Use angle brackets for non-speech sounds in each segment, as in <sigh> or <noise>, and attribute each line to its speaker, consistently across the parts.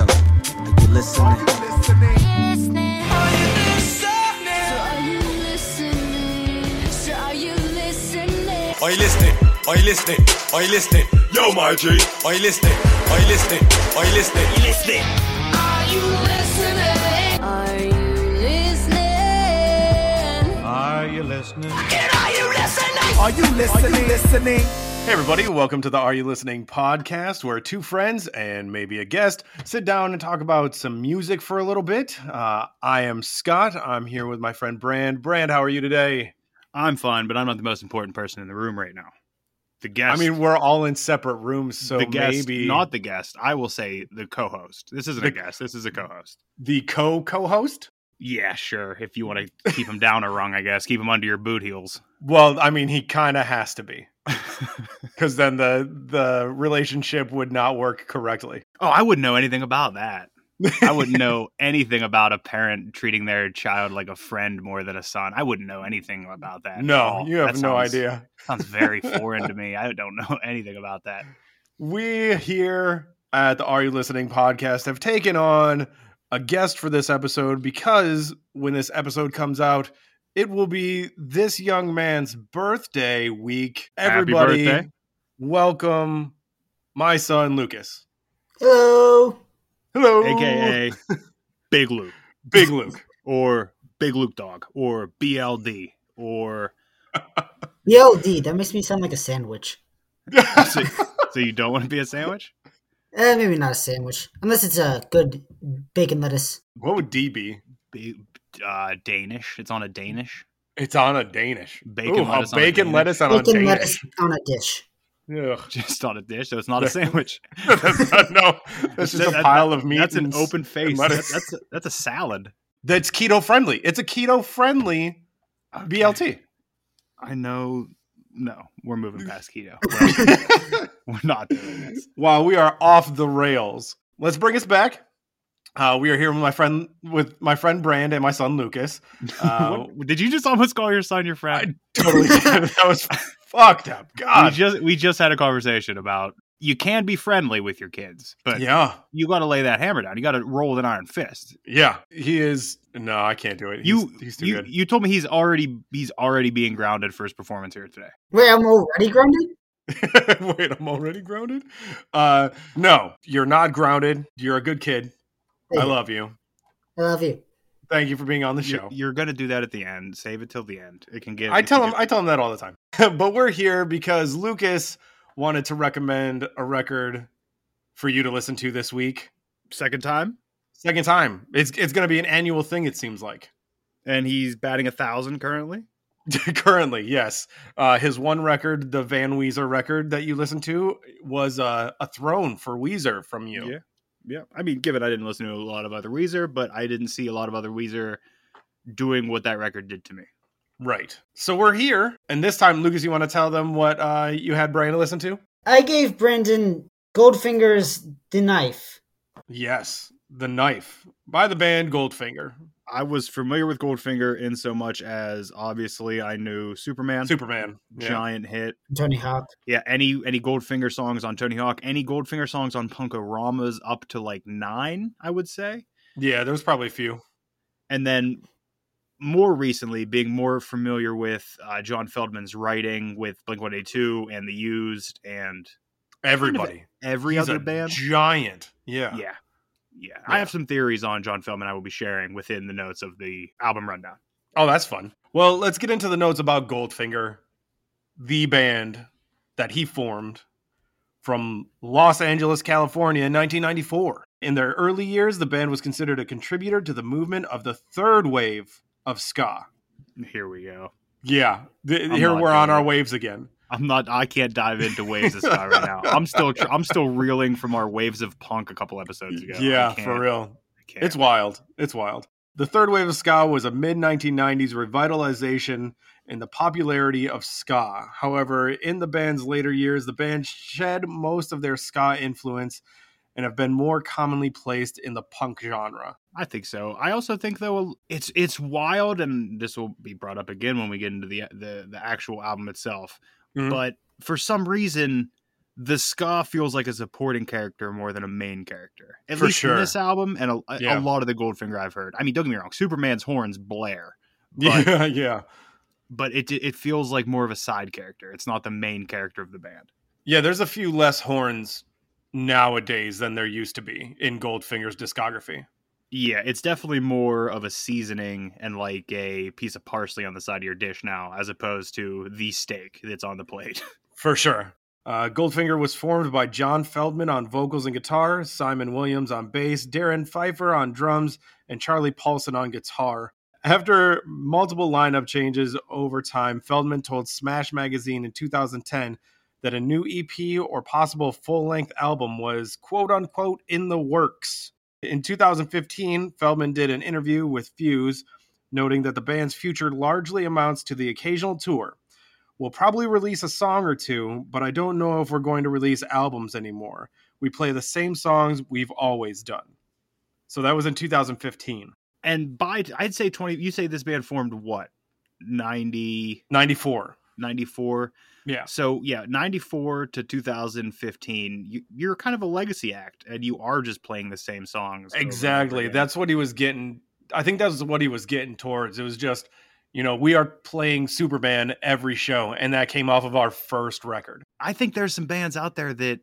Speaker 1: you listening? Are you listening? Are you listening?
Speaker 2: Are you listening? Are you listening? Are you listening? Yo, my G. Are you listening? Are you listening? Are you listening? Listening.
Speaker 3: Are you listening? Are you listening?
Speaker 4: Are you listening?
Speaker 3: Are you listening?
Speaker 1: Are you listening? Are you listening?
Speaker 4: Hey, everybody, welcome to the Are You Listening podcast, where two friends and maybe a guest sit down and talk about some music for a little bit. Uh, I am Scott. I'm here with my friend Brand. Brand, how are you today?
Speaker 5: I'm fine, but I'm not the most important person in the room right now. The
Speaker 4: I
Speaker 5: guest.
Speaker 4: mean, we're all in separate rooms, so
Speaker 5: the guest,
Speaker 4: maybe
Speaker 5: not the guest. I will say the co-host. This isn't a guest. This is a co-host.
Speaker 4: the co co host.
Speaker 5: Yeah, sure. If
Speaker 4: <laughs>
Speaker 5: you want to keep him down or wrong, I guess keep him under your boot heels.
Speaker 4: Well, I mean, he kind of has to
Speaker 5: <laughs>
Speaker 4: be because then the the relationship would not work correctly.
Speaker 5: Oh, I wouldn't know anything about that.
Speaker 4: <laughs>
Speaker 5: I wouldn't know anything about a parent treating their child like a friend more than a son. I wouldn't know anything about that. at
Speaker 4: No,
Speaker 5: all.
Speaker 4: you have
Speaker 5: That
Speaker 4: no
Speaker 5: sounds-
Speaker 4: idea.
Speaker 5: Sounds very
Speaker 4: <laughs>
Speaker 5: foreign to me. I don't know <laughs> anything about that.
Speaker 4: We here at the Are You Listening podcast have taken on a guest for this episode because when this episode comes out, it will be this young man's birthday week.
Speaker 5: Happy
Speaker 4: Everybody,
Speaker 5: birthday.
Speaker 4: welcome my son Lucas.
Speaker 1: Hello.
Speaker 4: Hello,
Speaker 5: AKA
Speaker 4: <laughs>
Speaker 5: Big Luke.
Speaker 4: Big
Speaker 5: <laughs>
Speaker 4: Luke.
Speaker 5: or Big Luke Dog or BLD
Speaker 4: <laughs>
Speaker 5: or
Speaker 6: BLD. That makes me sound like a sandwich.
Speaker 5: so, so you don't want to be a sandwich?
Speaker 6: Eh, maybe not a sandwich, unless it's a good bacon lettuce.
Speaker 4: what would D be?
Speaker 5: Be, uh, Danish. It's on a Danish. <laughs>
Speaker 4: It's on a Danish
Speaker 5: Bacon
Speaker 4: Ooh,
Speaker 5: lettuce
Speaker 4: A
Speaker 5: on a
Speaker 4: bacon
Speaker 5: Danish.
Speaker 4: lettuce on a
Speaker 6: Bacon
Speaker 4: Danish.
Speaker 6: lettuce on a dish.
Speaker 4: Ugh. <laughs>
Speaker 5: Just on a dish, so it's not a
Speaker 4: Yeah.
Speaker 5: sandwich. <laughs>
Speaker 4: that's not, no, that's just
Speaker 5: That-
Speaker 4: a
Speaker 5: that-
Speaker 4: pile of <laughs> meat.
Speaker 5: That's an
Speaker 4: and s-
Speaker 5: open face. That,
Speaker 4: lettuce.
Speaker 5: that's a, that's a salad.
Speaker 4: that's keto friendly. It's a keto friendly Uh, BLT.
Speaker 5: I know. No,
Speaker 4: <laughs>
Speaker 5: we're moving past keto. We're not, <laughs> we're not doing this.
Speaker 4: Wow, we are off the rails. Let's bring us back. Uh, we are here with my friend with my friend Brand and my son Lucas. Uh,
Speaker 5: What- did you just almost call your son your friend?
Speaker 4: totally, <laughs> that was fucked up.
Speaker 5: we
Speaker 4: God,
Speaker 5: just we just had a conversation about you can be friendly with your kids, but
Speaker 4: yeah,
Speaker 5: you got to lay that hammer down. You got to roll with an iron fist.
Speaker 4: yeah. He is. No, I can't do it. He's,
Speaker 5: you
Speaker 4: he's too
Speaker 5: you,
Speaker 4: good. <laughs>
Speaker 5: you told me he's already he's already being grounded for his performance here today.
Speaker 6: Wait, I'm already grounded.
Speaker 4: Wait, I'm already grounded. Uh, no, you're not grounded. You're a good kid. I
Speaker 6: Thank you.
Speaker 4: love you.
Speaker 6: I love you.
Speaker 4: Thank you for being on the
Speaker 5: You're-
Speaker 4: show.
Speaker 5: You're, gonna do that at the end. Save it till the end. It can get.
Speaker 4: I
Speaker 5: it
Speaker 4: tell
Speaker 5: can
Speaker 4: him
Speaker 5: get-
Speaker 4: I tell him that all the time. <laughs> but we're here because Lucas wanted to recommend a record for you to listen to this week.
Speaker 5: second time,
Speaker 4: Second time. It's it's going to be an annual thing it seems like. <laughs>
Speaker 5: and he's batting a thousand currently.
Speaker 4: Currently, yes. Uh, his one record, the Van Weezer record that you listened to, was uh, a throne for Weezer from you.
Speaker 5: Yeah, yeah. I mean, given I didn't listen to a lot of other Weezer, but I didn't see a lot of other Weezer doing what that record did to me.
Speaker 4: Right. So we're here, and this time, Lucas, you want to tell them what uh, you had Brian to listen to?
Speaker 6: I gave Brandon Goldfinger's "The Knife."
Speaker 4: Yes, The Knife by the band Goldfinger,
Speaker 5: I was familiar with Goldfinger in so much as obviously I knew Superman,
Speaker 4: Superman. Yeah.
Speaker 5: giant hit.
Speaker 6: Tony Hawk.
Speaker 5: Yeah, any any Goldfinger songs on Tony Hawk, any Goldfinger songs on Punkorama's up to like nine, I would say,
Speaker 4: yeah, there was probably a few.
Speaker 5: and then more recently, being more familiar with uh, John Feldman's writing with Blink One Eight Two and The Used and
Speaker 4: Everybody.
Speaker 5: Every
Speaker 4: He's
Speaker 5: other
Speaker 4: a
Speaker 5: band.
Speaker 4: Giant. Yeah.
Speaker 5: yeah. Yeah. I have some theories on John Feldman I will be sharing within the notes of the album rundown.
Speaker 4: Oh, that's fun. Well, let's get into the notes about Goldfinger, the band that he formed from Los Angeles, California in 1994. In their early years, the band was considered a contributor to the movement of the third wave of ska.
Speaker 5: Here we go.
Speaker 4: Yeah, th-
Speaker 5: I'm
Speaker 4: here
Speaker 5: not
Speaker 4: we're on
Speaker 5: doing
Speaker 4: our
Speaker 5: it.
Speaker 4: waves again.
Speaker 5: I'm not I can't dive into waves of ska right now. I'm still tr- I'm still reeling from our waves of punk a couple episodes ago. I
Speaker 4: yeah,
Speaker 5: can't-
Speaker 4: for real.
Speaker 5: I can't.
Speaker 4: It's wild. It's wild. The third wave of ska was a mid 1990s revitalization in the popularity of ska. However, in the band's later years, the band shed most of their ska influence and have been more commonly placed in the punk <laughs> genre.
Speaker 5: I think so. I also think though it's it's wild, and this will be brought up again when we get into the the, the actual album itself.
Speaker 4: Mhm.
Speaker 5: But for some reason, the ska feels like a supporting character more than a main character. At
Speaker 4: For
Speaker 5: least
Speaker 4: sure.
Speaker 5: in this album, and a, a-
Speaker 4: Yeah.
Speaker 5: a lot of the Goldfinger I've heard. I mean, don't get me wrong, Superman's horns blare, But-
Speaker 4: Yeah, yeah.
Speaker 5: but it it feels like more of a side character. It's not the main character of the band.
Speaker 4: Yeah, there's a few less horns nowadays than there used to be in Goldfinger's discography.
Speaker 5: Yeah, it's definitely more of a seasoning and like a piece of parsley on the side of your dish now, as opposed to the steak that's on the plate.
Speaker 4: For sure. Uh, Goldfinger was formed by John Feldman on vocals and guitar, Simon Williams on bass, Darren Pfeiffer on drums, and Charlie Paulson on guitar. After multiple lineup changes over time, Feldman told Smash Magazine in 2010 that a new EP or possible full length album was quote unquote in the works. In 2015, Feldman did an interview with Fuse, noting that the band's future largely amounts to the occasional tour. We'll probably release a song or two, but I don't know if we're going to release albums anymore. We play the same songs we've always done. So that was in 2015,
Speaker 5: and by i'd say 20 you say this band formed what 90
Speaker 4: 94.
Speaker 5: 94
Speaker 4: Yeah.
Speaker 5: so yeah 94 to 2015 you, you're kind of a legacy act and you are just playing the same songs over and over
Speaker 4: Exactly.
Speaker 5: again.
Speaker 4: That's what he was getting. I think that was what he was getting towards. It was just, you know, we are playing Superman every show, and that came off of our first record. <laughs>
Speaker 5: i think there's some bands out there that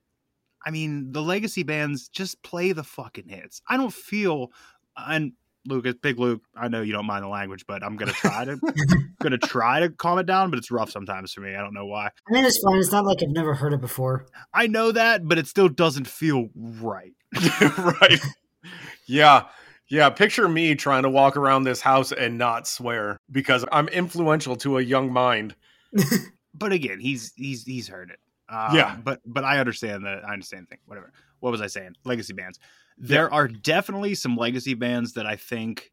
Speaker 5: i mean the legacy bands just play the fucking hits i don't feel and lucas big luke i know you don't mind the language but i'm gonna
Speaker 4: <laughs>
Speaker 5: try to gonna try to calm it down but it's rough sometimes for me i don't know why
Speaker 6: I mean, it's fine. It's not like I've never heard it before.
Speaker 5: i know that but it still doesn't feel right
Speaker 4: right. Yeah. Yeah. Picture me trying to walk around this house and not swear because I'm influential to a young mind.
Speaker 5: but again, he's he's he's heard it. Um,
Speaker 4: Yeah.
Speaker 5: but but I understand the I understand the thing. Whatever. What was I saying? Legacy bands. There are definitely some legacy bands that I think.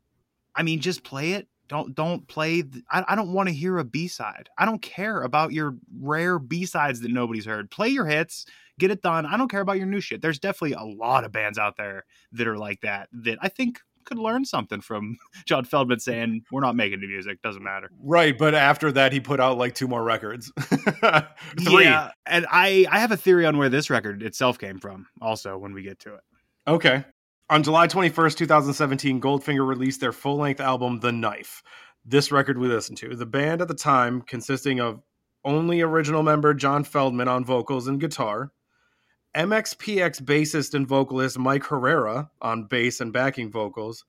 Speaker 5: I mean, just play it. Don't don't play. th- I, I don't want to hear a B side. I don't care about your rare B sides that nobody's heard. Play your hits. Get it done. I don't care about your new shit. There's definitely a lot of bands out there that are like that. That I think could learn something from <laughs> John Feldman saying we're not making new music. Doesn't matter.
Speaker 4: Right, but after that, he put out like two more records. <laughs> Three.
Speaker 5: Yeah, and I I have a theory on where this record itself came from. Also, when we get to it,
Speaker 4: Okay. On July 21st, 2017, Goldfinger released their full length album, The Knife. This record we listened to. The band at the time, consisting of only original member John Feldman on vocals and guitar, MXPX bassist and vocalist Mike Herrera on bass and backing vocals,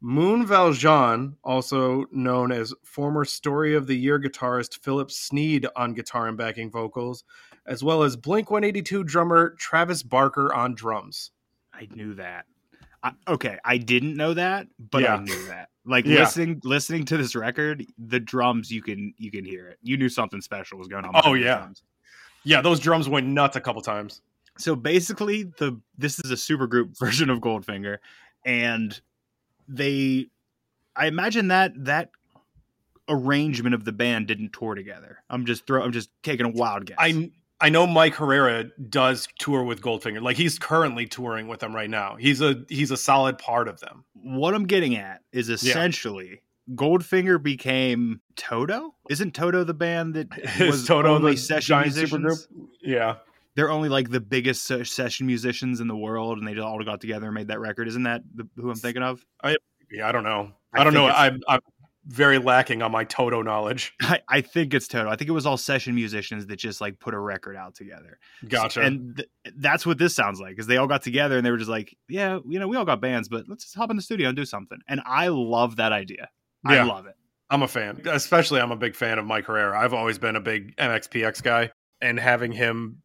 Speaker 4: Moon Valjean, also known as former Story of the Year guitarist Philip Sneed on guitar and backing vocals, as well as Blink 182 drummer Travis Barker on drums.
Speaker 5: I knew that. I, okay, I didn't know that, but
Speaker 4: Yeah.
Speaker 5: I knew that. Like
Speaker 4: Yeah.
Speaker 5: listening listening to this record, the drums you can you can hear it. You knew something special was going on.
Speaker 4: Oh,
Speaker 5: behind the
Speaker 4: yeah.
Speaker 5: drums.
Speaker 4: Yeah, those drums went nuts a couple times.
Speaker 5: so basically the this is a supergroup <laughs> version of Goldfinger and they I imagine that that arrangement of the band didn't tour together. I'm just throw I'm just taking a wild guess.
Speaker 4: I I know Mike Herrera does tour with Goldfinger. Like he's currently touring with them right now. He's a he's a solid part of
Speaker 5: <laughs>
Speaker 4: them.
Speaker 5: what I'm getting at is essentially Goldfinger became Toto. Isn't Toto the
Speaker 4: <laughs>
Speaker 5: band that was only session musicians?
Speaker 4: Yeah.
Speaker 5: They're only like the biggest se- session musicians in the world, and they all got together and made that record. Isn't that the, who I'm thinking of? <laughs>
Speaker 4: Yeah, I don't know. I,
Speaker 5: I
Speaker 4: don't
Speaker 5: think
Speaker 4: know.
Speaker 5: it's-
Speaker 4: I'm, I'm very lacking on my Toto knowledge.
Speaker 5: I, I think it's Toto. I think it was all session musicians that just like put a record out together.
Speaker 4: Gotcha.
Speaker 5: And th- that's what this sounds like, is they all got together and they were just like, yeah, you know, we all got bands, but let's just hop in the studio and do something. And I love that idea.
Speaker 4: Yeah.
Speaker 5: I love it.
Speaker 4: I'm a fan. Especially, I'm a big fan of Mike Herrera. I've always been a big MXPX guy, and having him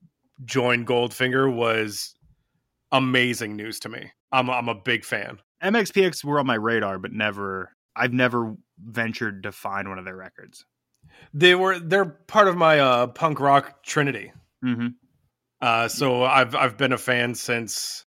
Speaker 4: join Goldfinger was amazing news to me. I'm I'm a big fan.
Speaker 5: MXPX were on my radar, but never, I've never ventured to find one of their records.
Speaker 4: They were they're part of my uh, punk rock trinity.
Speaker 5: Mm-hmm.
Speaker 4: Uh, so I've I've been a fan since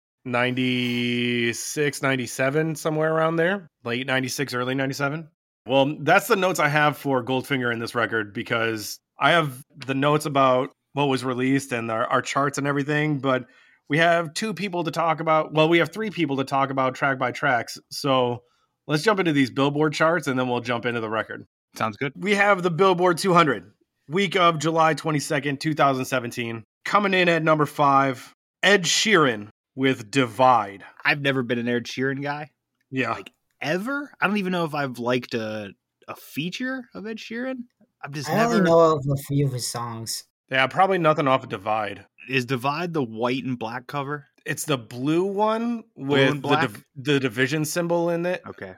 Speaker 4: 96, 97, somewhere around there, late 96, early 97. Well, that's the notes I have for Goldfinger in this record because I have the notes about what was released and our, our charts and everything, but we have two people to talk about. Well, we have three people to talk about track by tracks. So let's jump into these Billboard charts and then we'll jump into the record.
Speaker 5: Sounds good.
Speaker 4: We have the Billboard 200, week of July 22nd, 2017. Coming in at number five, Ed Sheeran with Divide.
Speaker 5: I've never been an Ed Sheeran guy
Speaker 4: Yeah.
Speaker 5: Like, ever. I don't even know if I've liked a, a feature of Ed Sheeran. I've just
Speaker 6: I
Speaker 5: never.
Speaker 6: only know of a few of his songs.
Speaker 4: Yeah, probably nothing off of Divide.
Speaker 5: Is Divide the white and black cover?
Speaker 4: It's the blue one with
Speaker 5: and
Speaker 4: the,
Speaker 5: black?
Speaker 4: div- the division symbol in it.
Speaker 5: Okay.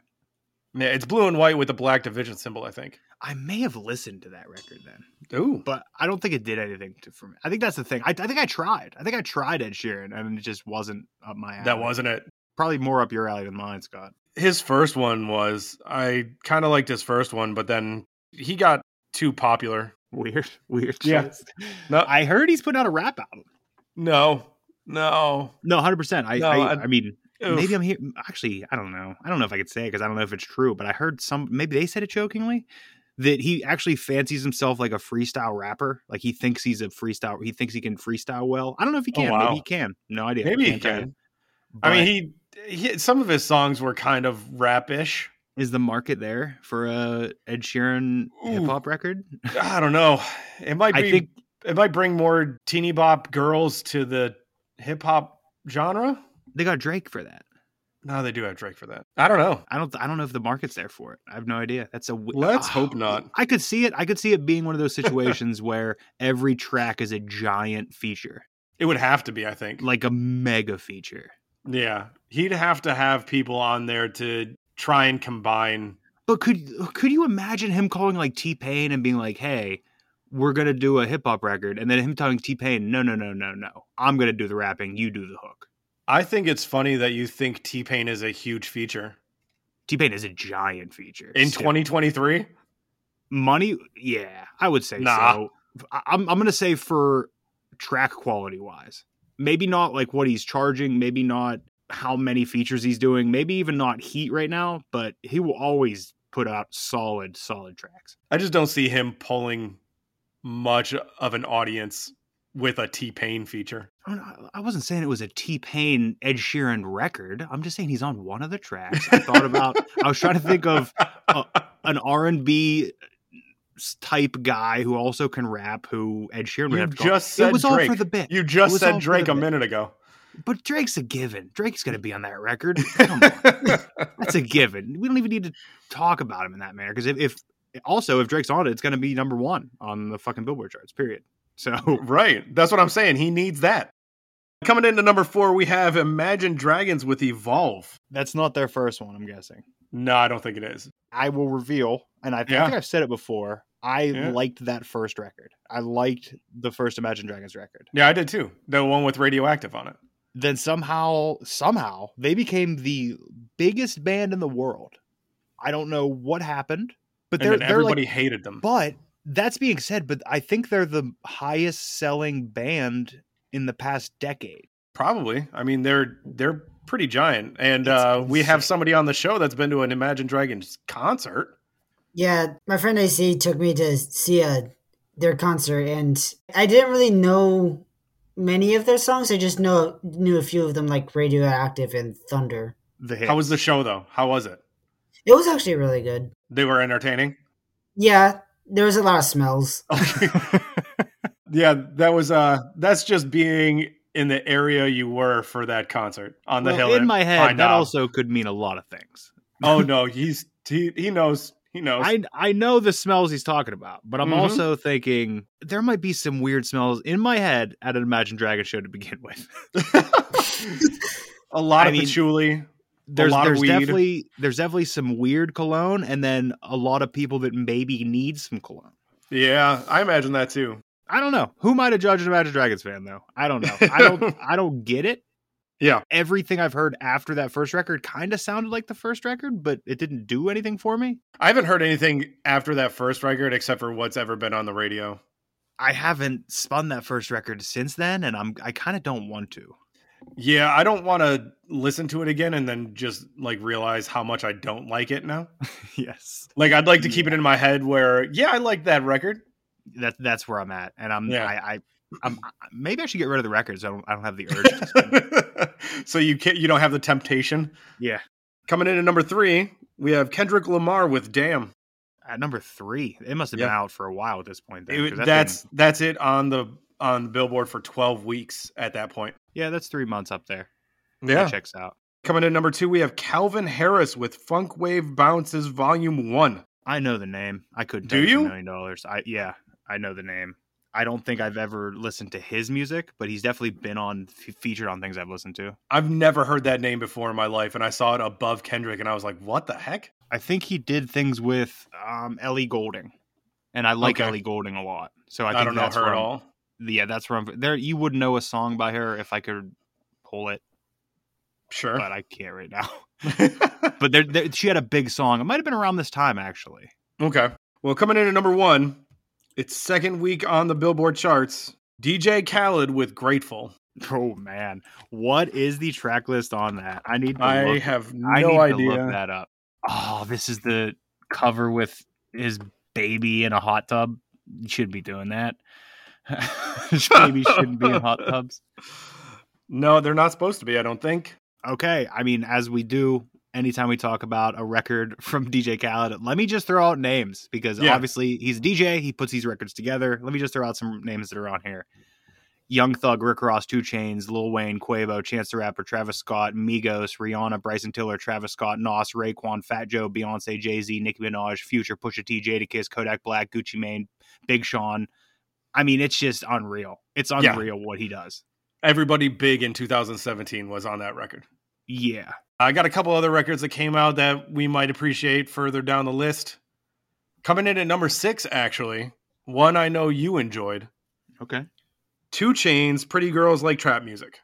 Speaker 4: Yeah, it's blue and white with the black division symbol, I think.
Speaker 5: I may have listened to that record then,
Speaker 4: Ooh.
Speaker 5: but I don't think it did anything to, for me. I think that's the thing. I, I think I tried. I think I tried Ed Sheeran, and it just wasn't up my alley.
Speaker 4: That wasn't it.
Speaker 5: probably more up your alley than mine, Scott.
Speaker 4: His first one was, I kind of liked his first one, but then he got too popular.
Speaker 5: Weird, <laughs> weird.
Speaker 4: Yeah.
Speaker 5: choice.
Speaker 4: No.
Speaker 5: I heard he's putting out a rap album.
Speaker 4: No, no.
Speaker 5: No, hundred percent. I,
Speaker 4: No,
Speaker 5: I,
Speaker 4: I-
Speaker 5: I mean,
Speaker 4: Oof.
Speaker 5: maybe I'm here. Actually, I don't know. I don't know if I could say it because I don't know if it's true. But I heard some. Maybe they said it jokingly that he actually fancies himself like a freestyle rapper. Like he thinks he's a freestyle. He thinks he can freestyle well. I don't know if he
Speaker 4: Oh,
Speaker 5: can.
Speaker 4: wow.
Speaker 5: Maybe he can. No idea.
Speaker 4: Maybe he
Speaker 5: Can't tell you.
Speaker 4: can.
Speaker 5: But
Speaker 4: I mean, he, he some of his songs were kind of rapish.
Speaker 5: is the market there for a Ed Sheeran
Speaker 4: Ooh.
Speaker 5: hip hop record?
Speaker 4: I don't know. It might be.
Speaker 5: I think
Speaker 4: it might bring more teeny bop girls to the hip hop genre.
Speaker 5: they got Drake for that.
Speaker 4: No, they do have Drake for that. I don't know.
Speaker 5: I don't. I don't know if the market's there for it. I have no idea. That's a. w-
Speaker 4: Let's
Speaker 5: <sighs>
Speaker 4: hope not.
Speaker 5: I could see it. I could see it being one
Speaker 4: <laughs>
Speaker 5: of those situations where every track is a giant feature,
Speaker 4: It would have to be, I think.
Speaker 5: like a mega feature.
Speaker 4: yeah, he'd have to have people on there to try and combine.
Speaker 5: But could could you imagine him calling like T Pain and being like, "Hey, we're gonna do a hip hop record," and then him telling T Pain, "No, no, no, no, no. I'm gonna do the rapping. You do the hook."
Speaker 4: I think it's funny that you think T Pain is a huge feature
Speaker 5: T Pain is a giant feature
Speaker 4: in
Speaker 5: still.
Speaker 4: 2023.
Speaker 5: money. Yeah, I would say
Speaker 4: Nah.
Speaker 5: so. I- I'm I'm gonna say for track quality wise, maybe not like what he's charging, maybe not how many features he's doing, maybe even not heat right now, but he will always put out solid, solid tracks.
Speaker 4: I just don't see him pulling much of an audience with a T Pain feature.
Speaker 5: I, don't know, I wasn't saying it was a T Pain Ed Sheeran record. I'm just saying he's on one of the tracks. I thought about. I was trying to think of an R and B type guy who also can rap. Who Ed Sheeran
Speaker 4: You
Speaker 5: rapped on.
Speaker 4: just
Speaker 5: it
Speaker 4: said
Speaker 5: was all for
Speaker 4: Drake.
Speaker 5: the bit.
Speaker 4: You
Speaker 5: It
Speaker 4: just
Speaker 5: was all
Speaker 4: said
Speaker 5: for
Speaker 4: Drake
Speaker 5: the
Speaker 4: a
Speaker 5: bit.
Speaker 4: minute ago.
Speaker 5: But Drake's a given. Drake's going to be on that record. <laughs> Come on. That's a given. We don't even need to talk about him in that manner because if, if also if Drake's on it, it's going to be number one on the fucking Billboard charts. Period. So
Speaker 4: <laughs> right. That's what I'm saying. He needs that. Coming into number four, we have Imagine Dragons with Evolve.
Speaker 5: that's not their first one, I'm guessing.
Speaker 4: No, I don't think it is.
Speaker 5: I will reveal, and I, th-
Speaker 4: Yeah.
Speaker 5: I think I've said it before. I
Speaker 4: Yeah.
Speaker 5: liked that first record. I liked the first Imagine Dragons record.
Speaker 4: Yeah, I did too. The one with Radioactive on it.
Speaker 5: Then somehow, somehow, they became the biggest band in the world. I don't know what happened, but
Speaker 4: and
Speaker 5: they're,
Speaker 4: then
Speaker 5: they're like
Speaker 4: everybody hated them.
Speaker 5: But that's being said, but I think they're the highest selling band in the past decade.
Speaker 4: Probably. I mean, they're they're pretty giant. And
Speaker 5: It's
Speaker 4: uh, we have
Speaker 5: insane.
Speaker 4: somebody on the show that's been to an Imagine Dragons concert.
Speaker 6: Yeah, my friend AC took me to see a, their concert, and I didn't really know many of their songs. I just know knew a few of them, like Radioactive and Thunder.
Speaker 5: The hit.
Speaker 4: How was the show though? How was it?
Speaker 6: It was actually really good.
Speaker 4: They were entertaining.
Speaker 6: Yeah, there was a lot of smells.
Speaker 4: <laughs> Yeah, that was uh that's just being in the area you were for that concert on the
Speaker 5: Well,
Speaker 4: hill
Speaker 5: in
Speaker 4: at
Speaker 5: my
Speaker 4: Pine
Speaker 5: head, that
Speaker 4: Knob.
Speaker 5: also could mean a lot of things.
Speaker 4: Oh no, he's he he knows you know,
Speaker 5: I I know the smells he's talking about, but I'm
Speaker 4: Mhm.
Speaker 5: also thinking there might be some weird smells in my head at an Imagine Dragon show to begin with. <laughs>
Speaker 4: <laughs> a lot
Speaker 5: I
Speaker 4: of
Speaker 5: mean-
Speaker 4: patchouli.
Speaker 5: There's
Speaker 4: lot of
Speaker 5: there's
Speaker 4: weed.
Speaker 5: definitely there's definitely some weird cologne, and then a lot of people that maybe need some cologne.
Speaker 4: Yeah, I imagine that too.
Speaker 5: I don't know. Who am I to judge an Imagine Dragons fan though? I don't know.
Speaker 4: <laughs>
Speaker 5: I don't I don't get it.
Speaker 4: Yeah.
Speaker 5: Everything I've heard after that first record kind of sounded like the first record, but it didn't do anything for me.
Speaker 4: I haven't heard anything after that first record except for what's ever been on the radio.
Speaker 5: I haven't spun that first record since then, and I'm I kind of don't want to. <laughs>
Speaker 4: Yeah, I don't want to listen to it again and then just like realize how much I don't like it now.
Speaker 5: yes.
Speaker 4: Like I'd like to keep it in my head where, yeah, I like that record.
Speaker 5: That that's where I'm at. And I'm
Speaker 4: Yeah.
Speaker 5: I, I I'm I- maybe I should get rid of the records. I don't I don't have the urge. to
Speaker 4: <laughs>
Speaker 5: spin.
Speaker 4: so you can't you don't have the temptation.
Speaker 5: yeah.
Speaker 4: Coming in at number three, we have Kendrick Lamar with Damn.
Speaker 5: At number three. It must have been
Speaker 4: Yeah.
Speaker 5: out for a while at this point then.
Speaker 4: It-
Speaker 5: 'cause
Speaker 4: that's
Speaker 5: been-
Speaker 4: that's it on the on the Billboard for 12 weeks at that point.
Speaker 5: yeah, that's three months up there. That checks out.
Speaker 4: Coming in number two, we have Calvin Harris with Funk Wave Bounces Volume One.
Speaker 5: I know the name. I couldn't.
Speaker 4: Do
Speaker 5: tell it's a
Speaker 4: you?
Speaker 5: Million dollars. I yeah. I know the name. I don't think I've ever listened to his music, but he's definitely been on f- featured on things I've listened to.
Speaker 4: I've never heard that name before in my life, and I saw it above Kendrick, and I was like, "What the heck?"
Speaker 5: I think he did things with um, Ellie Golding, and I like
Speaker 4: Okay.
Speaker 5: Ellie Golding a lot. So I,
Speaker 4: I,
Speaker 5: think
Speaker 4: don't know
Speaker 5: that's
Speaker 4: her
Speaker 5: where
Speaker 4: at
Speaker 5: I'm-
Speaker 4: all.
Speaker 5: Yeah, that's where I'm. There, you would know a song by her if I could pull it,
Speaker 4: Sure.
Speaker 5: but I can't right <laughs> now. but there, there, she had a big song. It might have been around this time actually.
Speaker 4: okay. Well, coming in at number one, it's second week on the Billboard charts. DJ Khaled with Grateful.
Speaker 5: Oh man, what is the track list on that? I need. To
Speaker 4: I
Speaker 5: look
Speaker 4: have
Speaker 5: I
Speaker 4: no
Speaker 5: need to look
Speaker 4: idea.
Speaker 5: that up. Oh, this is the cover with his baby in a hot tub. You shouldn't be doing that. <laughs> Babies shouldn't be in <laughs> hot tubs.
Speaker 4: No, they're not supposed to be. I don't think.
Speaker 5: Okay, I mean, as we do anytime we talk about a record <laughs> from DJ Khaled, let me just throw out names because
Speaker 4: Yeah.
Speaker 5: obviously he's a DJ. He puts these records together. Let me just throw out some names that are on here. Young Thug, Rick Ross, Two Chains, Lil Wayne, Quavo, Chance the Rapper, Travis Scott, Migos, Rihanna, Bryson Tiller, Travis Scott, Nas, Raekwon, Fat Joe, Beyonce, Jay Z, Nicki Minaj, Future, Pusha T, Jadakiss, Kodak Black, Gucci Mane, Big Sean. I mean, it's just unreal. It's
Speaker 4: Yeah.
Speaker 5: unreal what he does.
Speaker 4: Everybody big in 2017 was on that record.
Speaker 5: Yeah.
Speaker 4: I got a couple other records that came out that we might appreciate further down the list. Coming in at number six, actually, one I know you enjoyed.
Speaker 5: Okay.
Speaker 4: Two Chains, Pretty Girls Like Trap Music.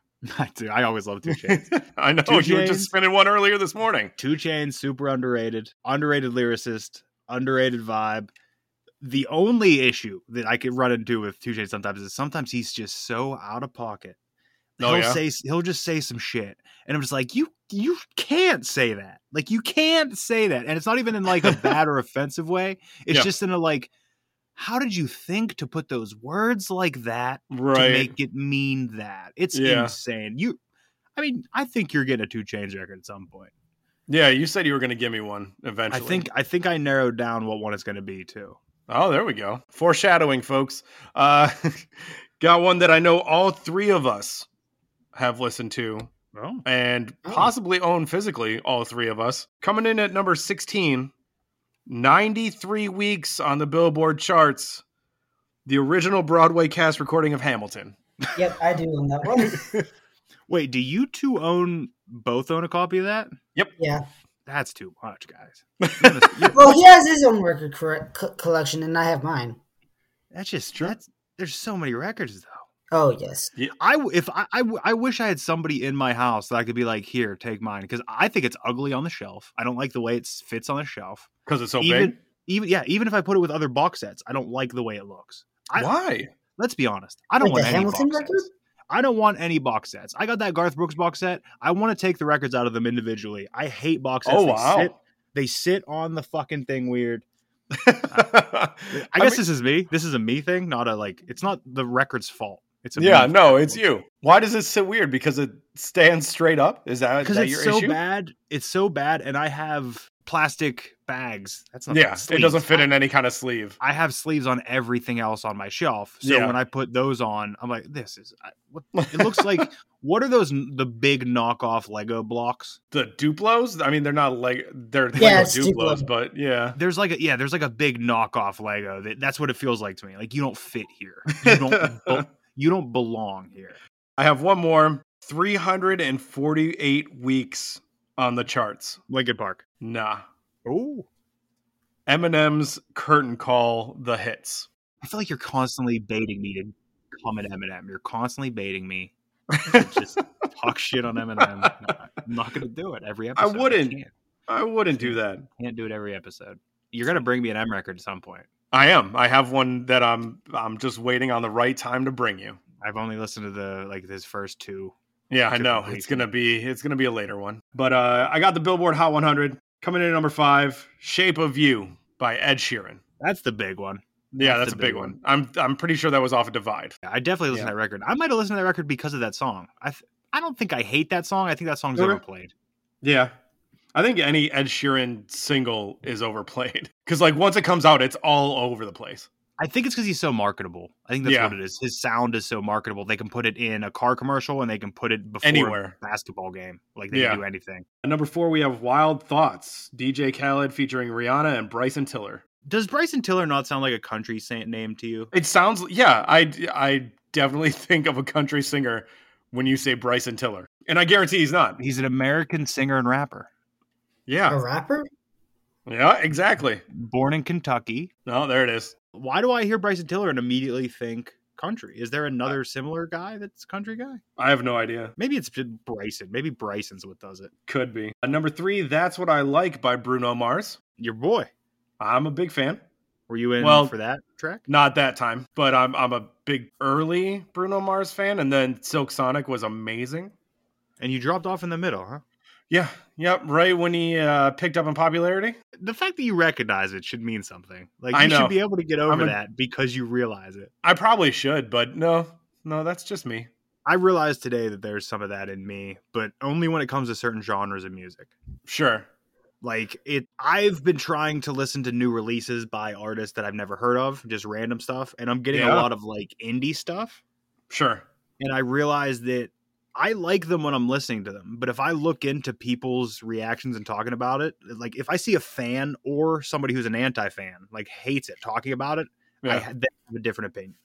Speaker 5: Dude, <laughs> I
Speaker 4: <laughs>
Speaker 5: always love Two Chains.
Speaker 4: I know
Speaker 5: Two
Speaker 4: you were
Speaker 5: Chainz.
Speaker 4: just spinning one earlier this morning.
Speaker 5: Two Chains, super underrated, underrated lyricist, underrated vibe. The only issue that I could run into with Two Chains sometimes is sometimes he's just so out of pocket.
Speaker 4: Oh,
Speaker 5: he'll
Speaker 4: yeah?
Speaker 5: say he'll just say some shit, and I'm just like, you you can't say that. Like you can't say that, and it's not even in
Speaker 4: <laughs>
Speaker 5: like a bad or offensive way. It's
Speaker 4: Yeah.
Speaker 5: just in a like, how did you think to put those words like that to
Speaker 4: Right.
Speaker 5: make it mean that? It's
Speaker 4: Yeah.
Speaker 5: insane. You, I mean, I think you're getting a Two Chains record at some point.
Speaker 4: Yeah, you said you were going to give me one
Speaker 5: I
Speaker 4: eventually.
Speaker 5: think I think I narrowed down what one it's going to be too.
Speaker 4: Oh, there we go. Foreshadowing, folks. Uh, <laughs> got one that I know all three of us have listened to
Speaker 5: Oh,
Speaker 4: and
Speaker 6: Oh.
Speaker 4: possibly own physically, all three of us. Coming in at number 16, 93 weeks on the Billboard charts, the original Broadway cast recording of Hamilton.
Speaker 6: <laughs> Yep, I do own that one.
Speaker 5: wait, do you two own both own a copy of that?
Speaker 6: <laughs> yeah.
Speaker 5: That's too much, <laughs> guys. You're gonna- you're-
Speaker 6: Well, he has his own record corre- co- collection, and I have mine.
Speaker 5: that's just that's, there's so many records though.
Speaker 6: Oh yes.
Speaker 5: I w- if I, I w- I wish I had somebody in my house that I could be like, here, take mine because I think it's ugly on the shelf. I don't like the way it s- fits on the shelf.
Speaker 4: Because it's so
Speaker 5: even
Speaker 4: big.
Speaker 5: even yeah, even if I put it with other box sets, I don't like the way it looks. I-
Speaker 4: Why?
Speaker 5: Let's be honest. I don't
Speaker 6: Like
Speaker 5: want
Speaker 6: the
Speaker 5: any
Speaker 6: Hamilton
Speaker 5: box
Speaker 6: record?
Speaker 5: sets. I don't want any box sets. I got that Garth Brooks box set. I want to take the records out of them individually. I hate box sets.
Speaker 4: Oh,
Speaker 5: They
Speaker 4: wow.
Speaker 5: Sit, they sit on the fucking thing weird.
Speaker 4: I <laughs>
Speaker 5: I guess this is me. This is a me thing, not a like. It's not the record's fault. It's a
Speaker 4: Yeah,
Speaker 5: me
Speaker 4: no,
Speaker 5: fat
Speaker 4: it's
Speaker 5: boy.
Speaker 4: you. Why does it sit weird? Because it stands straight up. Is that, is
Speaker 5: because
Speaker 4: that
Speaker 5: it's
Speaker 4: your
Speaker 5: so
Speaker 4: issue?
Speaker 5: bad. It's so bad, and I have plastic bags. That's not
Speaker 4: Yeah, it
Speaker 5: sleeves.
Speaker 4: doesn't fit
Speaker 5: I-
Speaker 4: in any kind of sleeve. <laughs>
Speaker 5: I have sleeves on everything else on my shelf. So
Speaker 4: Yeah.
Speaker 5: when I put those on, I'm like, this is I- what it looks like. What are those? n- The big knockoff Lego blocks.
Speaker 4: The Duplos. I mean, they're not like they're
Speaker 6: Yeah,
Speaker 4: Lego
Speaker 6: it's Duplo.
Speaker 4: Duplos, but yeah.
Speaker 5: There's like a yeah. There's like a big knockoff Lego. That, that's what it feels like to me. Like you don't fit here. You don't. be- you don't belong here.
Speaker 4: I have one more. 348 weeks on the charts.
Speaker 5: Lincoln Park.
Speaker 4: Nah.
Speaker 5: Oh,
Speaker 4: Eminem's curtain call the hits. <laughs>
Speaker 5: I feel like you're constantly baiting me to come at Eminem. You're constantly baiting me.
Speaker 4: <laughs>
Speaker 5: to Just talk shit on Eminem. No, I'm not gonna do it every episode.
Speaker 4: wouldn't.
Speaker 5: can't.
Speaker 4: I wouldn't do that.
Speaker 5: Can't do it every episode. You're gonna bring me an M record at some point.
Speaker 4: I am. I have one that I'm I'm just waiting on the right time to bring you.
Speaker 5: I've only listened to the like his first two.
Speaker 4: Yeah, I
Speaker 5: Different
Speaker 4: know. It's
Speaker 5: weeks.
Speaker 4: gonna be it's gonna be a later one. But uh I got the Billboard Hot 100 coming in at number five. Shape of You by Ed Sheeran.
Speaker 5: That's the big one.
Speaker 4: Yeah,
Speaker 5: That's
Speaker 4: that's,
Speaker 5: the
Speaker 4: a big,
Speaker 5: big
Speaker 4: one. I'm I'm pretty sure that was off a Divide.
Speaker 5: Yeah, I definitely listened to that record. I might have listened to that record because of that song. I th- I don't think I hate that song. I think that song's
Speaker 4: Okay.
Speaker 5: overplayed.
Speaker 4: Yeah. I think any Ed Sheeran single is overplayed <laughs> because, like, once it comes out, it's all over the place.
Speaker 5: I think it's because he's so marketable. I think that's
Speaker 4: Yeah.
Speaker 5: what it is. His sound is so marketable. They can put it in a car commercial and they can put it before
Speaker 4: Anywhere.
Speaker 5: a basketball game. Like they
Speaker 4: Yeah.
Speaker 5: can do anything.
Speaker 4: At number four, we have Wild Thoughts, DJ Khaled featuring Rihanna and Bryson Tiller.
Speaker 5: Does Bryson Tiller not sound like a country sa- name to you?
Speaker 4: It sounds, yeah, I, I definitely <laughs> think of a country singer when you say Bryson Tiller, and I guarantee he's not.
Speaker 5: He's an American singer and rapper,
Speaker 6: A
Speaker 4: Yeah,
Speaker 6: rapper?
Speaker 4: yeah, exactly.
Speaker 5: born in Kentucky.
Speaker 4: No, there it is.
Speaker 5: Why do I hear Bryson Tiller and immediately think country? Is there another similar guy that's a country guy?
Speaker 4: I have no idea.
Speaker 5: Maybe it's just Bryson. Maybe Bryson's what does it.
Speaker 4: Could be. At number three, That's What I Like by Bruno Mars.
Speaker 5: Your boy.
Speaker 4: I'm a big fan.
Speaker 5: Were you in
Speaker 4: Well-
Speaker 5: for that track?
Speaker 4: Not that time, but I'm I'm a big early Bruno Mars fan, and then Silk Sonic was amazing.
Speaker 5: And you dropped off in the middle, huh?
Speaker 4: Yeah, yep. Right when he uh, picked up in popularity,
Speaker 5: The fact that you recognize it should mean something. Like
Speaker 4: I
Speaker 5: you
Speaker 4: know.
Speaker 5: should be able to get over
Speaker 4: a-
Speaker 5: that because you realize it.
Speaker 4: I probably should, but no, no, that's just me.
Speaker 5: I realized today that there's some of that in me, but only when it comes to certain genres of music.
Speaker 4: Sure.
Speaker 5: Like it I've been trying to listen to new releases by artists that I've never heard of, just random stuff, and I'm getting
Speaker 4: Yeah.
Speaker 5: a lot of like indie stuff.
Speaker 4: Sure.
Speaker 5: and I realized that I like them when I'm listening to them. But if I look into people's reactions and talking about it, like if I see a fan or somebody who's an anti-fan, like hates it, talking about it, I
Speaker 4: Yeah.
Speaker 5: ha- they have a different opinion.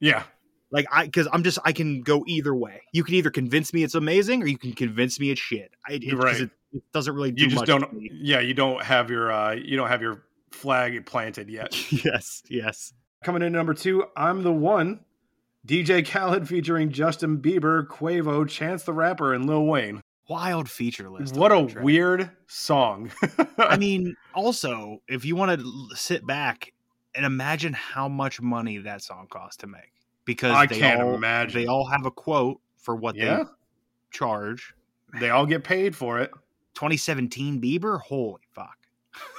Speaker 4: yeah.
Speaker 5: Like I, because I'm just I can go either way. You can either convince me it's amazing, or you can convince me it's shit. I, it, 'cause
Speaker 4: Right.
Speaker 5: it, it doesn't really do
Speaker 4: You just
Speaker 5: much
Speaker 4: don't.
Speaker 5: for me. <laughs>
Speaker 4: Yeah, you don't have your uh, you don't have your flag planted yet.
Speaker 5: yes, yes.
Speaker 4: Coming in at number two, I'm the one. DJ Khaled featuring Justin Bieber, Quavo, Chance the Rapper, and Lil Wayne.
Speaker 5: Wild feature list. on
Speaker 4: What a
Speaker 5: that track.
Speaker 4: weird song. <laughs>
Speaker 5: I mean, also, if you want to sit back and imagine how much money that song cost to make, because
Speaker 4: I
Speaker 5: they
Speaker 4: can't
Speaker 5: all,
Speaker 4: imagine.
Speaker 5: they all have a quote for what
Speaker 4: Yeah.
Speaker 5: they charge.
Speaker 4: they all get paid for it.
Speaker 5: 2017 Bieber, holy fuck!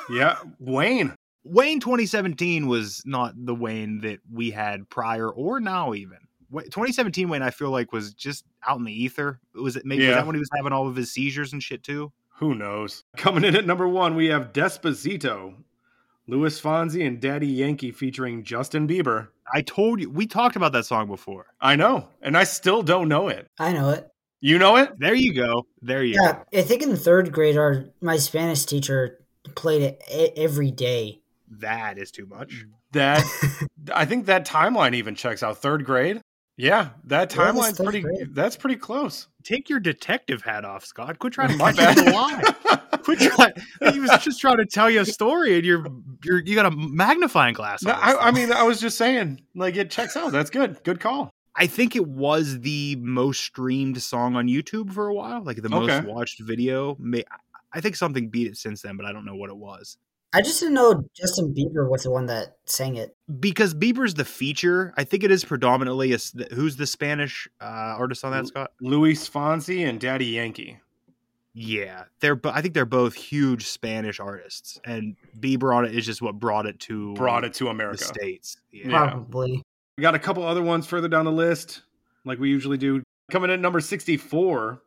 Speaker 4: Yeah, Wayne.
Speaker 5: Wayne 2017 was not the Wayne that we had prior or now even. Wa- 2017 Wayne, I feel like was just out in the ether. Was it maybe was
Speaker 4: Yeah.
Speaker 5: that when he was having all of his seizures and shit too?
Speaker 4: Who knows? Coming in at number one, we have Despacito, Louis Fonzi, and Daddy Yankee featuring Justin Bieber.
Speaker 5: I told you we talked about that song before.
Speaker 4: I know, and I still don't know it.
Speaker 6: I know it.
Speaker 4: You know it?
Speaker 5: There you go. There you go.
Speaker 6: Yeah, I think in third grade, our my Spanish teacher played it e- every day.
Speaker 5: That is too much.
Speaker 6: <laughs>
Speaker 4: That I think that timeline even checks out. Third grade. Yeah, that
Speaker 6: Yeah, that's
Speaker 4: timeline's
Speaker 6: third
Speaker 4: pretty.
Speaker 6: grade.
Speaker 4: That's pretty close.
Speaker 5: take your detective hat off, Scott. Quit trying to
Speaker 4: My
Speaker 5: catch him
Speaker 4: bad.
Speaker 5: in the
Speaker 4: <laughs>
Speaker 5: lie. Quit trying. <laughs> He
Speaker 6: <laughs>
Speaker 5: was just trying to tell you a story, and you're you're you got a magnifying glass.
Speaker 4: no,
Speaker 5: on this
Speaker 4: I, I
Speaker 5: thing.
Speaker 4: mean, I was just saying, like it checks out. That's good. Good call.
Speaker 5: I think it was the most streamed song on YouTube for a while, like the most
Speaker 4: Okay.
Speaker 5: watched video. May- I think something beat it since then, but I don't know what it was.
Speaker 6: I just didn't know Justin Bieber was the one that sang it.
Speaker 5: Because Bieber's the feature, I think it is predominantly a s who's the Spanish uh, artist on that,
Speaker 4: L-
Speaker 5: Scott?
Speaker 4: Louis Fonzi and Daddy Yankee.
Speaker 5: Yeah, they're. bo- I think they're both huge Spanish artists, and Bieber on it is just what brought it to
Speaker 4: Brought it to
Speaker 5: the
Speaker 4: America.
Speaker 5: states. Yeah.
Speaker 4: Yeah.
Speaker 6: Probably.
Speaker 4: We got a couple other ones further down the list. like we usually do. Coming in at number 64,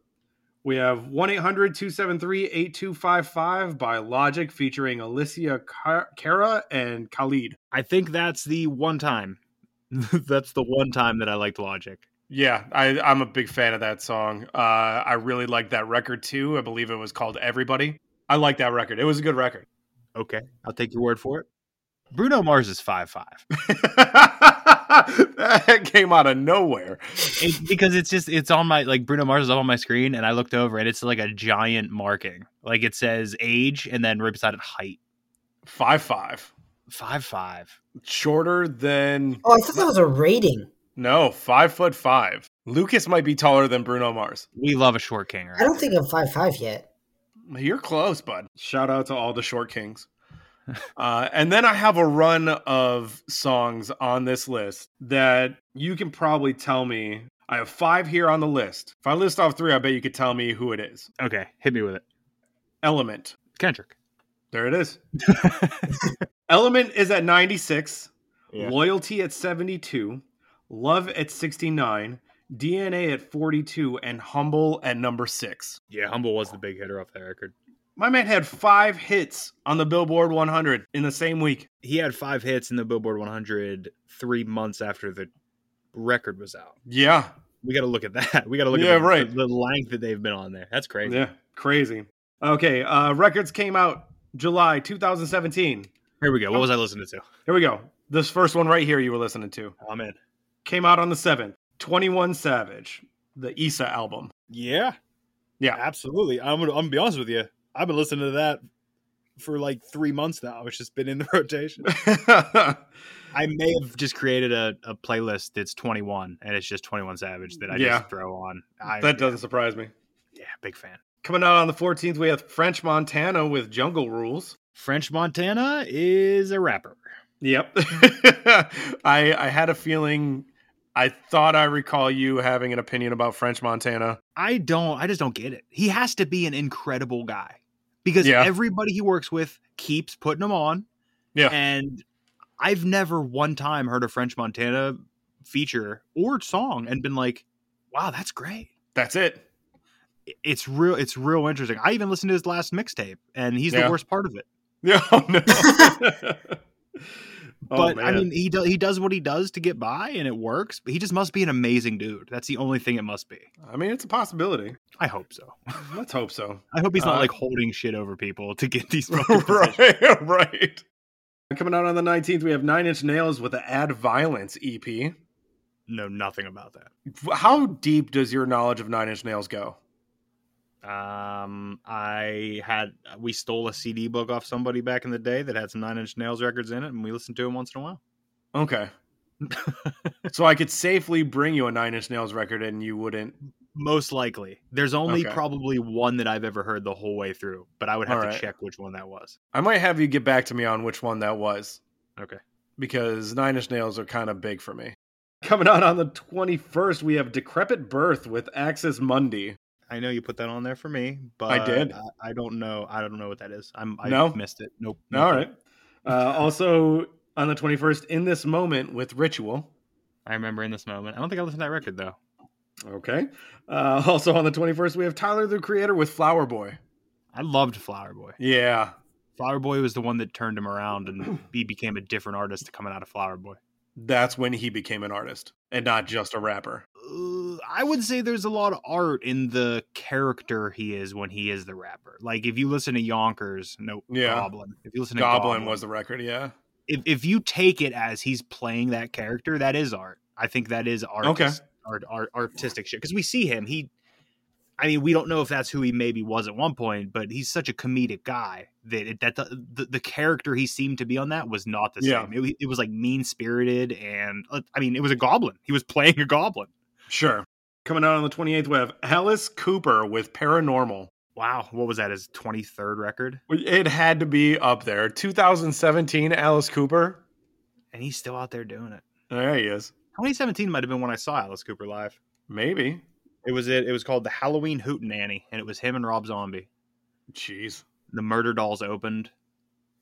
Speaker 4: we have 1 800 273 8255 by Logic featuring Alicia Car- Cara and Khalid.
Speaker 5: I think that's the one time. <laughs> that's the one time that I liked Logic.
Speaker 4: Yeah, I, I'm a big fan of that song. Uh, I really liked that record too. I believe it was called Everybody. I like that record. It was a good record. <laughs>
Speaker 5: Okay, I'll take your word for it. Bruno Mars is five <laughs> five.
Speaker 4: that came out of nowhere.
Speaker 5: It- because it's just it's on my like Bruno Mars is up on my screen, and I looked over and it's like a giant marking. Like it says age, and then right beside it height
Speaker 4: Five five.
Speaker 5: five five.
Speaker 4: Shorter than
Speaker 6: Oh, I thought that was a rating.
Speaker 4: no, five foot five. Lucas might be taller than Bruno Mars.
Speaker 5: We love a short king,
Speaker 6: I
Speaker 5: right?
Speaker 6: don't think I'm five five yet.
Speaker 4: You're close, bud. Shout out to all the short <laughs> kings. Uh, and then I have a run of songs on this list that you can probably tell me. I have five here on the list. If I list off three, I bet you could tell me who it is.
Speaker 5: Okay, hit me with it,
Speaker 4: Element.
Speaker 5: Kendrick.
Speaker 4: There it <laughs> is. Element is at 96,
Speaker 5: Yeah.
Speaker 4: Loyalty at 72, Love at 69, DNA at 42, and Humble at number six.
Speaker 5: Yeah, humble was the big hitter off that record.
Speaker 4: My man had five hits on the Billboard 100 in the same week.
Speaker 5: He had five hits in the Billboard 100 three months after the record was out.
Speaker 4: Yeah.
Speaker 5: We got to look at that. <laughs> We got to look
Speaker 4: Yeah,
Speaker 5: at the,
Speaker 4: right.
Speaker 5: the, length that they've been on there. That's crazy.
Speaker 4: Yeah. Crazy. Okay. Uh, records came out July 2017.
Speaker 5: Here we go. What was I listening to?
Speaker 4: Here we go. This first one right here you were listening to
Speaker 5: Oh, man.
Speaker 4: came out on the 7th. 21 Savage, the Issa album. <laughs>
Speaker 5: Yeah.
Speaker 4: Yeah.
Speaker 5: Absolutely. I'm gonna, I'm gonna be honest with you. I've been listening to that for like three months now. It's just been in the <laughs> rotation. I may have just created a, a playlist that's 21 and it's just 21 Savage that I
Speaker 4: Yeah.
Speaker 5: just throw on. I,
Speaker 4: that doesn't surprise me.
Speaker 5: yeah, big fan.
Speaker 4: Coming out on the 14th, we have French Montana with Jungle Rules.
Speaker 5: French Montana is a rapper.
Speaker 4: Yep. <laughs> I I had a feeling I thought I recall you having an opinion about French Montana.
Speaker 5: I don't. I just don't get it. He has to be an incredible guy because
Speaker 4: Yeah.
Speaker 5: everybody he works with keeps putting him on.
Speaker 4: Yeah.
Speaker 5: and I've never one time heard a French Montana feature or song and been like, "Wow, that's great."
Speaker 4: That's it.
Speaker 5: I- It's real. It's real interesting. I even listened to his last mixtape, and he's
Speaker 4: Yeah.
Speaker 5: the worst part of it.
Speaker 4: <laughs> No, oh, no. Oh,
Speaker 5: But I mean, he does. He does what he does to get by, and it works. But he just must be an amazing dude. That's the only thing it must be.
Speaker 4: I mean, it's a possibility.
Speaker 5: I hope so.
Speaker 4: Let's hope <laughs> so.
Speaker 5: I hope he's not
Speaker 4: Uh,
Speaker 5: like holding shit over people to get
Speaker 4: <laughs>
Speaker 5: these. fucking positions.
Speaker 4: right, right. Coming out on the 19th, we have Nine Inch Nails with the Add Violence EP.
Speaker 5: Know nothing about that.
Speaker 4: How deep does your knowledge of Nine Inch Nails go?
Speaker 5: Um, I had we stole a CD book off somebody back in the day that had some Nine Inch Nails records in it, and we listened to them once in a while.
Speaker 4: <laughs> Okay. so I could safely bring you a Nine Inch Nails record and you wouldn't.
Speaker 5: Most likely, there's only
Speaker 4: Okay.
Speaker 5: probably one that I've ever heard the whole way through, but I would have
Speaker 4: All
Speaker 5: to
Speaker 4: right.
Speaker 5: check which one that was.
Speaker 4: I might have you get back to me on which one that was.
Speaker 5: Okay.
Speaker 4: Because Nine Inch Nails are kind of big for me. Coming out on the 21st, we have Decrepit Birth with Axis Monday.
Speaker 5: I know you put that on there for me, but
Speaker 4: did.
Speaker 5: I, I don't know. I don't know what that is. I'm I
Speaker 4: No?
Speaker 5: missed it. Nope.
Speaker 4: All
Speaker 5: nothing.
Speaker 4: right. Uh, also on the 21st, In This Moment with Ritual.
Speaker 5: I remember in this moment. I don't think I listened to that record though.
Speaker 4: Okay. Uh, also on the 21st, we have Tyler the Creator with Flower Boy.
Speaker 5: I loved Flower Boy.
Speaker 4: Yeah.
Speaker 5: Flower Boy was the one that turned him
Speaker 4: <clears throat>
Speaker 5: around, and he became a different artist coming out of Flower Boy.
Speaker 4: That's when he became an artist and not just a rapper.
Speaker 5: uh, I would say there's a lot of art in the character he is when he is the rapper. Like if you listen to Yonkers, no
Speaker 4: Yeah.
Speaker 5: Goblin. If you listen to
Speaker 4: Goblin, was the record, yeah.
Speaker 5: if, if you take it as he's playing that character, that is art. I think that is art.
Speaker 4: Okay.
Speaker 5: Art, art artistic shit because we see him. He, I mean, we don't know if that's who he maybe was at one point, but he's such a comedic guy that it, that the, the the character he seemed to be on that was not the
Speaker 4: Yeah.
Speaker 5: same. It, wa- it was like mean spirited and uh, I mean, it was a goblin. He was playing a goblin.
Speaker 4: Sure. Coming out on the 28th, we have Alice Cooper with Paranormal.
Speaker 5: Wow, what was that? His twenty third record,
Speaker 4: It had to be up there. 2017 Alice Cooper.
Speaker 5: and he's still out there doing it.
Speaker 4: There he is.
Speaker 5: Twenty seventeen might have been when I saw Alice Cooper live.
Speaker 4: Maybe.
Speaker 5: It was it. It was called the Halloween Hootenanny, and it was him and Rob Zombie.
Speaker 4: Jeez.
Speaker 5: The Murder Dolls opened.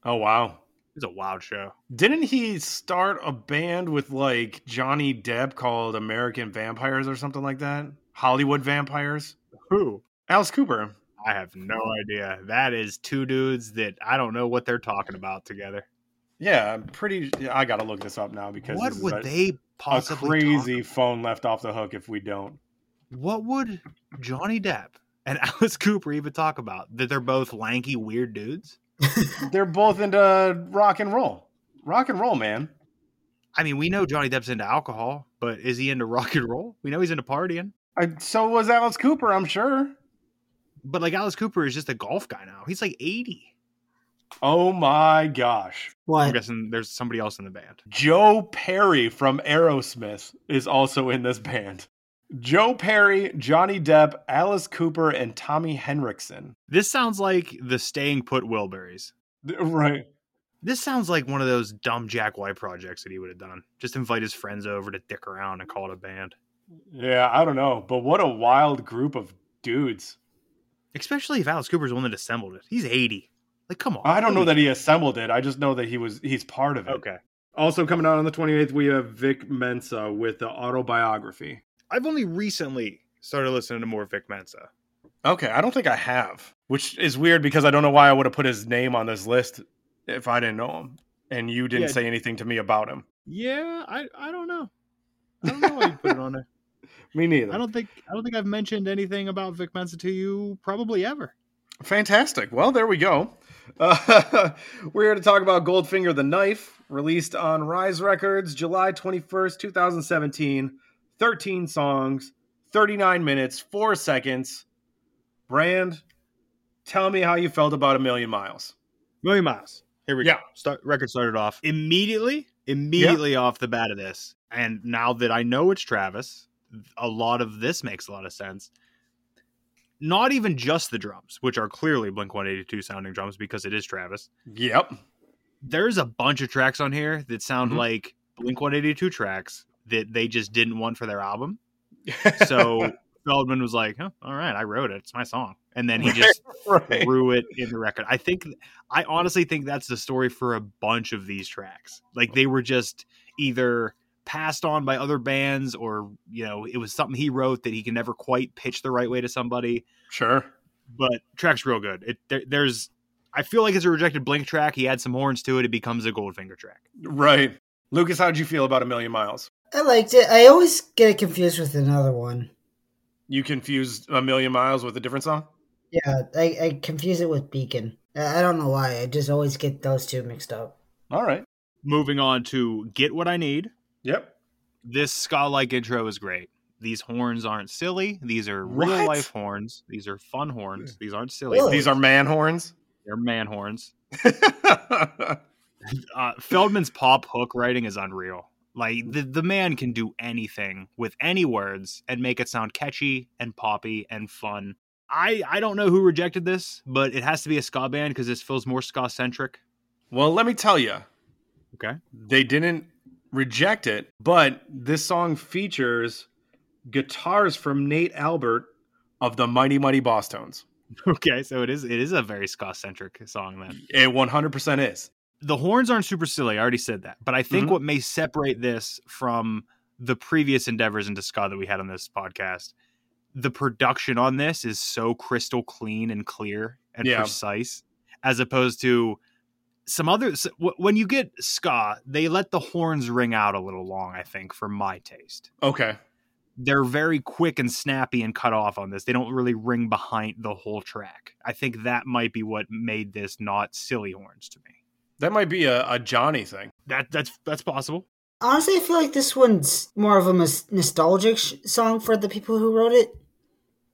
Speaker 4: Oh, wow.
Speaker 5: was a wild show.
Speaker 4: Didn't he start a band with like Johnny Depp called American Vampires or something like that? Hollywood Vampires?
Speaker 5: Who?
Speaker 4: Alice Cooper.
Speaker 5: I have no idea. That is two dudes that I don't know what they're talking about together.
Speaker 4: Yeah, I'm pretty. yeah, I gotta look this up now because
Speaker 5: What
Speaker 4: this is
Speaker 5: would
Speaker 4: a,
Speaker 5: they
Speaker 4: a
Speaker 5: possibly
Speaker 4: crazy
Speaker 5: talk
Speaker 4: phone left off the hook if we don't.
Speaker 5: about? What would Johnny Depp and <laughs> Alice Cooper even talk about? That they're both lanky, weird dudes.
Speaker 4: They're both into rock and roll. Rock and roll, man.
Speaker 5: I mean, we know Johnny Depp's into alcohol, but is he into rock and roll? We know he's into partying.
Speaker 4: I, so was Alice Cooper, I'm sure.
Speaker 5: But like Alice Cooper is just a golf guy now. He's like eighty.
Speaker 4: Oh my gosh.
Speaker 5: I'm
Speaker 6: What?
Speaker 5: guessing there's somebody else in the band.
Speaker 4: Joe Perry from Aerosmith is also in this band. Joe Perry, Johnny Depp, Alice Cooper, and Tommy Henriksen. <laughs>
Speaker 5: This sounds like the staying put Wilburys.
Speaker 4: Th- Right.
Speaker 5: This sounds like one of those dumb Jack White projects that he would have done. Just invite his friends over to dick around and call it a band.
Speaker 4: Yeah, I don't know. But what a wild group of dudes.
Speaker 5: Especially if Alice Cooper's the one that assembled it. He's 80. Like, come on.
Speaker 4: I don't know that he assembled it. I just know that he was he's part of it.
Speaker 5: Okay.
Speaker 4: Also coming out on the 28th, we have Vic Mensa with the autobiography.
Speaker 5: I've only recently started listening to more Vic Mensa.
Speaker 4: Okay, I don't think I have, which is weird because I don't know why I would have put his name on this list if I didn't know him. And you didn't
Speaker 5: Yeah.
Speaker 4: say anything to me about him.
Speaker 5: Yeah, I, I don't know. I don't know why you put it on there.
Speaker 4: Me neither.
Speaker 5: I don't think I don't think I've mentioned anything about Vic Mensa to you probably ever.
Speaker 4: Fantastic. Well, there we go. Uh, <laughs> we're here to talk about Goldfinger the Knife, released on Rise Records July 21st, 2017. 13 songs, 39 minutes, 4 seconds. Brand, tell me how you felt about A Million Miles.
Speaker 5: Million Miles. Here we
Speaker 4: Yeah.
Speaker 5: go. Start, record started off immediately, immediately off the bat of this. And now that I know it's Travis, a lot of this makes a lot of sense. Not even just the drums, which are clearly Blink 182 sounding drums because it is Travis.
Speaker 4: Yep.
Speaker 5: There's a bunch of tracks on here that sound
Speaker 4: Mhm.
Speaker 5: like Blink 182 tracks that they just didn't want for
Speaker 4: <laughs>
Speaker 5: their album. So Feldman was like, huh, all right, I wrote it. It's my song. And then he just
Speaker 4: <laughs> right.
Speaker 5: threw it in the record. I think I honestly think that's the story for a bunch of these tracks. Like they were just either passed on by other bands or you know, it was something he wrote that he can never quite pitch the right way to somebody.
Speaker 4: Sure.
Speaker 5: But track's real good. It there, there's I feel like it's a rejected blink track. He adds some horns to it, it becomes a Goldfinger track.
Speaker 4: Right. Lucas, how did you feel about A Million Miles?
Speaker 6: I liked it. I always get it confused with another one.
Speaker 4: You confused A Million Miles with a different song?
Speaker 6: Yeah, I, I confuse it with Beacon. I, I don't know why. I just always get those two mixed up.
Speaker 4: All right.
Speaker 5: Moving on to Get What I Need.
Speaker 4: Yep.
Speaker 5: This ska like intro is great. These horns aren't silly. These are real
Speaker 4: What?
Speaker 5: life horns. These are fun horns. These aren't silly.
Speaker 6: Really?
Speaker 4: These are man horns. <laughs>
Speaker 5: They're man horns. Uh, Feldman's pop hook writing is unreal. Like the the man can do anything with any words and make it sound catchy and poppy and fun. I I don't know who rejected this, but it has to be a ska band because this feels more ska centric.
Speaker 4: Well, let me tell you.
Speaker 5: Okay.
Speaker 4: They didn't reject it, but this song features guitars from Nate Albert of the Mighty Mighty Boss Tones.
Speaker 5: <laughs> Okay, so it is it is a very ska centric song then.
Speaker 4: It 100% is.
Speaker 5: the horns aren't super silly. I already said that, but I think
Speaker 4: Mhm.
Speaker 5: what may separate this from the previous endeavors into ska that we had on this podcast, the production on this is so crystal clean and clear and
Speaker 4: Yeah.
Speaker 5: precise, as opposed to some other. s- wh- When you get ska, they let the horns ring out a little long. I think, for my taste,
Speaker 4: Okay.
Speaker 5: they're very quick and snappy and cut off on this. They don't really ring behind the whole track. I think that might be what made this not silly horns to me.
Speaker 4: That might be a, a Johnny thing.
Speaker 5: That that's that's possible.
Speaker 6: Honestly, I feel like this one's more of a mos- nostalgic sh- song for the people who wrote it.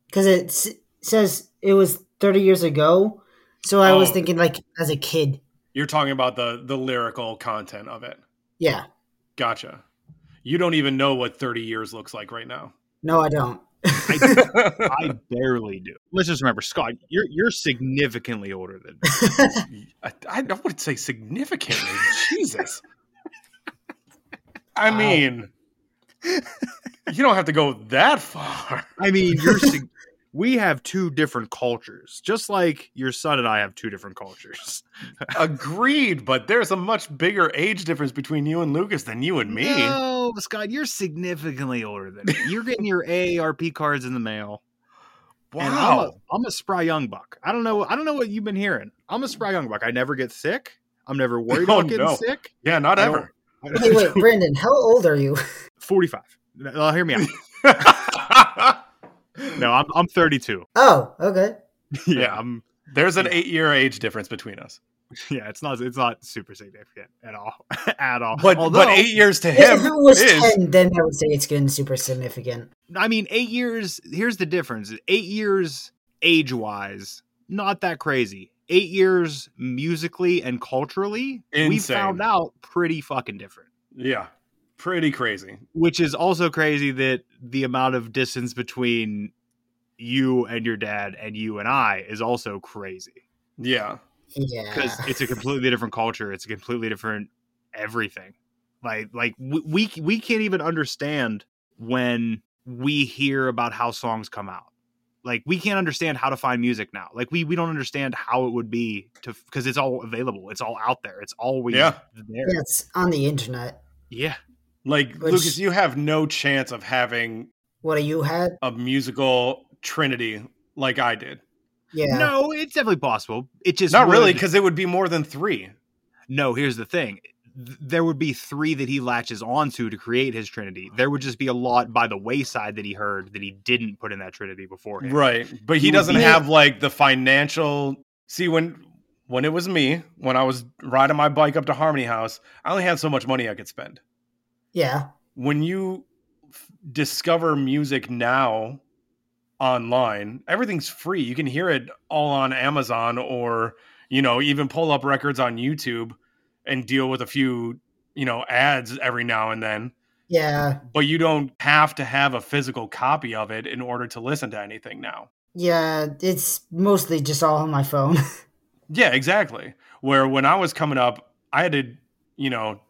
Speaker 6: Because it s- says it was 30 years ago. So I was
Speaker 4: Oh.
Speaker 6: thinking, like, as a kid.
Speaker 4: You're talking about the the lyrical content of it.
Speaker 6: Yeah.
Speaker 4: Gotcha. You don't even know what 30 years looks like right
Speaker 5: <laughs>
Speaker 4: now.
Speaker 6: No, I don't.
Speaker 5: I, I barely do. Let's just remember, Scott, you're you're significantly older than me.
Speaker 4: I, I wouldn't say significantly. Jesus. I mean, you don't have to go that far.
Speaker 5: <laughs> I mean, you're sig- we have two different cultures, just like your son and I have two different cultures. <laughs>
Speaker 4: Agreed, but there's a much bigger age difference between you and Lucas than you and me.
Speaker 5: No, Scott, you're significantly older than me. You're getting your AARP cards in the mail. And I'm a,
Speaker 4: Wow.
Speaker 5: I'm a spry young buck. I don't know. I don't know what you've been hearing. I'm a spry young buck. I never get sick. I'm <laughs> never worried
Speaker 4: Oh,
Speaker 5: about getting
Speaker 4: no.
Speaker 5: sick.
Speaker 4: Yeah, not
Speaker 5: I don't-
Speaker 4: ever.
Speaker 6: Hey,
Speaker 5: <laughs>
Speaker 6: wait, Brandon, how old are you?
Speaker 5: 45. Now, hear me out. No, I'm, I'm 32.
Speaker 6: Oh, okay.
Speaker 5: <laughs> yeah, I'm
Speaker 4: <laughs> there's an eight year age difference between us.
Speaker 5: yeah, it's not it's not super significant at all, <laughs> at all.
Speaker 4: But
Speaker 5: Although,
Speaker 4: but eight years to him
Speaker 6: If it was
Speaker 4: is
Speaker 6: 10, then I would say it's getting super significant.
Speaker 5: I mean, eight years. Here's the difference: eight years age wise, not that crazy. Eight years musically and culturally, we
Speaker 4: Insane.
Speaker 5: found out pretty fucking different.
Speaker 4: yeah, pretty crazy.
Speaker 5: Which is also crazy that the amount of distance between you and your dad and you and I is also crazy
Speaker 4: Yeah,
Speaker 6: Yeah.
Speaker 5: because it's a completely different culture. It's a completely different everything. Like like we, we we can't even understand when we hear about how songs come out. Like we can't understand how to find music now. Like we we don't understand how it would be to because it's all available. It's all out there. It's always
Speaker 4: Yeah.
Speaker 5: there. Yeah.
Speaker 6: That's on the internet.
Speaker 4: like
Speaker 6: Which-
Speaker 4: Lucas, you have no chance of having
Speaker 6: What do you had?
Speaker 4: a musical trinity like I did.
Speaker 6: Yeah.
Speaker 5: No, it's definitely possible. It just
Speaker 4: Not really,
Speaker 5: would-
Speaker 4: because it would be more than three.
Speaker 5: No, here's the thing. Th- There would be three that he latches onto to create his trinity. There would just be a lot by the wayside that he heard that he didn't put in that trinity beforehand.
Speaker 4: Right. But he
Speaker 5: You would
Speaker 4: doesn't
Speaker 5: be-
Speaker 4: have like the financial see when when it was me, when I was riding my bike up to Harmony House, I only had so much money I could spend.
Speaker 6: Yeah.
Speaker 4: When you f- discover music now online, everything's free. You can hear it all on Amazon or, you know, even pull up records on YouTube and deal with a few, you know, ads every now and then
Speaker 6: Yeah.
Speaker 4: but you don't have to have a physical copy of it in order to listen to anything now.
Speaker 6: Yeah. It's mostly just all on my phone. <laughs>
Speaker 4: Yeah, exactly. Where when I was coming up, I had to, you know,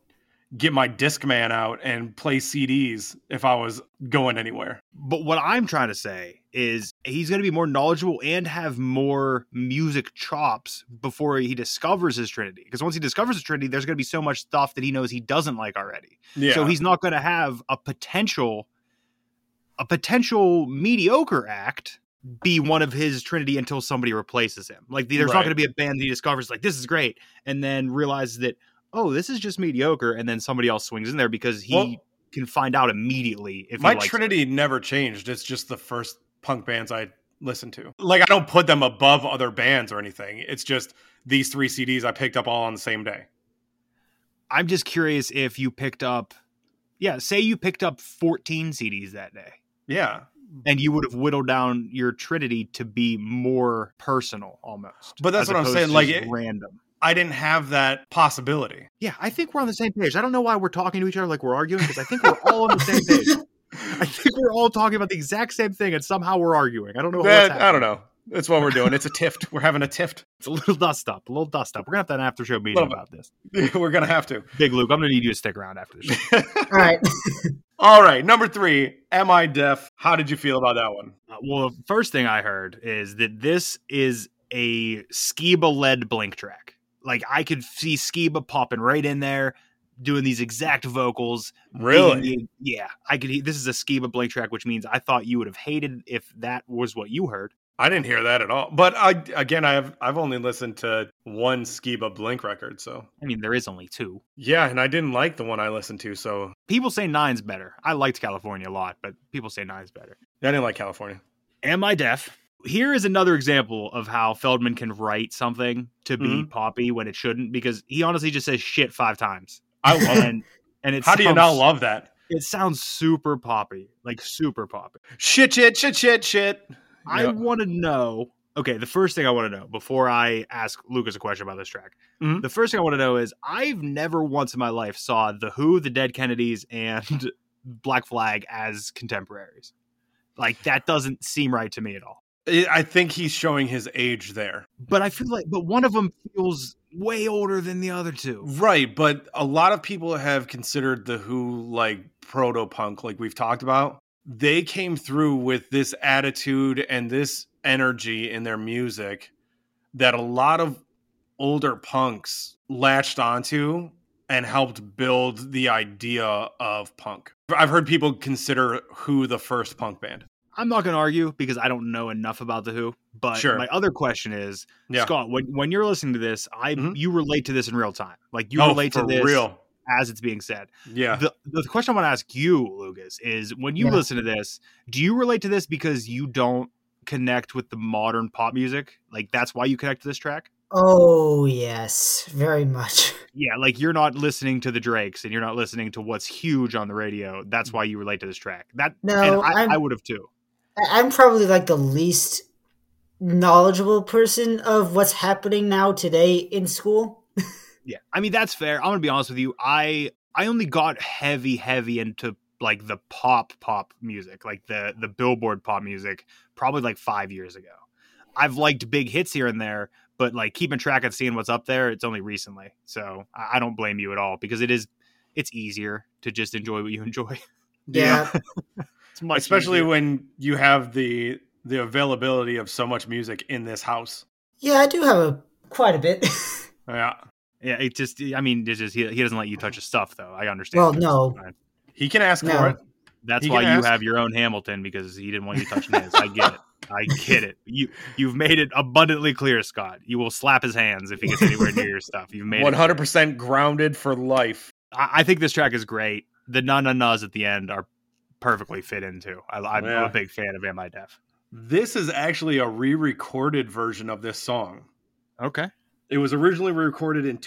Speaker 4: get my Discman out and play CDs if I was going anywhere.
Speaker 5: But what I'm trying to say is he's going to be more knowledgeable and have more music chops before he discovers his trinity. Because once he discovers his trinity, there's going to be so much stuff that he knows he doesn't like already.
Speaker 4: Yeah.
Speaker 5: So he's not going to have a potential a potential mediocre act be one of his trinity until somebody replaces him. Like there's
Speaker 4: Right.
Speaker 5: not going to be a band that he discovers like this is great and then realizes that oh this is just mediocre and then somebody else swings in there because he
Speaker 4: Well-
Speaker 5: can find out immediately if
Speaker 4: my
Speaker 5: he likes it.
Speaker 4: Trinity never changed. It's just the first punk bands I listened to. Like I don't put them above other bands or anything. It's just these three CDs I picked up all on the same day.
Speaker 5: I'm just curious if you picked up yeah, say you picked up 14 CDs that day
Speaker 4: Yeah.
Speaker 5: and you would have whittled down your trinity to be more personal almost.
Speaker 4: But that's
Speaker 5: as
Speaker 4: what I'm
Speaker 5: opposed
Speaker 4: saying,
Speaker 5: to
Speaker 4: like,
Speaker 5: just
Speaker 4: it-
Speaker 5: random.
Speaker 4: I didn't have that possibility.
Speaker 5: eh, Yeah, I think we're on the same page. I don't know why we're talking to each other like we're arguing because I think we're all on the same page. <laughs> I think we're all talking about the exact same thing and somehow we're arguing. I don't know. what's
Speaker 4: That,
Speaker 5: happening.
Speaker 4: I don't know. That's what we're doing. It's a
Speaker 5: <laughs>
Speaker 4: tift. We're having a tift. <laughs>
Speaker 5: It's a little dust up. A little dust up. We're gonna have to have an after show meeting
Speaker 4: Little bit.
Speaker 5: about this.
Speaker 4: we're gonna have to. <laughs>
Speaker 5: Big Luke, I'm gonna need you to stick around after the show.
Speaker 6: all right.
Speaker 4: All right, number three. Am I deaf? How did you feel about that one?
Speaker 5: Uh, well, the first thing I heard is that this is a Skiba led blink track. Like I could see Skiba popping right in there, doing these exact vocals. Being- Yeah, I could. he- This is a Skiba blink track, which means I thought you would have hated if that was what you heard.
Speaker 4: I didn't hear that at all. But I again, I've I've only listened to one Skiba Blink record, so
Speaker 5: I mean, there is only two.
Speaker 4: yeah, and I didn't like the one I listened to, so
Speaker 5: People say nine's better. I liked California a lot, but people say nine's better.
Speaker 4: I didn't like California.
Speaker 5: Am I deaf? Here is another example of how Feldman can write something to be poppy when it shouldn't, because he honestly just says shit five times.
Speaker 4: I love it.
Speaker 5: and and <laughs> it
Speaker 4: How do you
Speaker 5: sounds-
Speaker 4: not love that?
Speaker 5: it sounds super poppy like super poppy
Speaker 4: Shit, shit, shit, shit, shit.
Speaker 5: i
Speaker 4: Yeah.
Speaker 5: want to know okay the first thing i want to know before i ask lucas a question about this track
Speaker 4: Mhm.
Speaker 5: the first thing i want to know is i've never once in my life saw the who the dead kennedys and <laughs> black flag as contemporaries like that doesn't seem right to me at all
Speaker 4: I I think he's showing his age there.
Speaker 5: but i feel like but one of them feels way older than the other two
Speaker 4: Right, but a lot of people have considered the Who like proto punk, like we've talked about. they came through with this attitude and this energy in their music that a lot of older punks latched onto and helped build the idea of punk. I've heard people consider Who the first punk band.
Speaker 5: I'm not going to argue because I don't know enough about the Who. But
Speaker 4: Sure.
Speaker 5: my other question is,
Speaker 4: Yeah.
Speaker 5: Scott, when, when you're listening to this, I
Speaker 4: Mhm.
Speaker 5: you relate to this in real time. Like you
Speaker 4: Oh,
Speaker 5: relate to
Speaker 4: for
Speaker 5: this
Speaker 4: real.
Speaker 5: as it's being said.
Speaker 4: Yeah.
Speaker 5: The, the question I want to ask you, Lucas, is when you
Speaker 6: Yeah.
Speaker 5: listen to this, do you relate to this because you don't connect with the modern pop music? Like that's why you connect to this track?
Speaker 6: Oh yes, very much.
Speaker 5: Yeah, like you're not listening to the Drakes and you're not listening to what's huge on the radio. That's why you relate to this track. That
Speaker 6: No,
Speaker 5: and I,
Speaker 6: I'm-
Speaker 5: I would have too.
Speaker 6: I- I'm probably like the least knowledgeable person of what's happening now today in school.
Speaker 5: Yeah. I mean, that's fair. I'm gonna be honest with you. I I only got heavy, heavy into like the pop pop music, like the the billboard pop music, probably like five years ago. I've liked big hits here and there, but like keeping track of seeing what's up there, it's only recently. So I, I don't blame you at all because it is it's easier to just enjoy what you <laughs> enjoy.
Speaker 6: Yeah.
Speaker 5: It's much
Speaker 4: Especially
Speaker 5: easier.
Speaker 4: when you have the the availability of so much music in this house.
Speaker 6: Yeah, I do have a quite a bit. <laughs>
Speaker 4: Yeah.
Speaker 5: yeah, it just I mean, it's just he, he doesn't let you touch his stuff though. I understand.
Speaker 6: well, no.
Speaker 4: He can ask
Speaker 6: No.
Speaker 4: for it.
Speaker 5: That's
Speaker 4: He
Speaker 5: why
Speaker 4: can
Speaker 5: you
Speaker 4: ask.
Speaker 5: have your own Hamilton because he didn't want you touching his. I get it. I get it. You you've made it abundantly clear, Scott. You will slap his hands if he gets anywhere near your stuff. You've made
Speaker 4: One
Speaker 5: it.
Speaker 4: hundred percent grounded for life.
Speaker 5: I, I think this track is great. The na na na's at the end are perfectly fit into. I, I'm
Speaker 4: Yeah.
Speaker 5: a big fan of Am I Deaf.
Speaker 4: This is actually a re-recorded version of this song.
Speaker 5: Okay.
Speaker 4: It was originally recorded in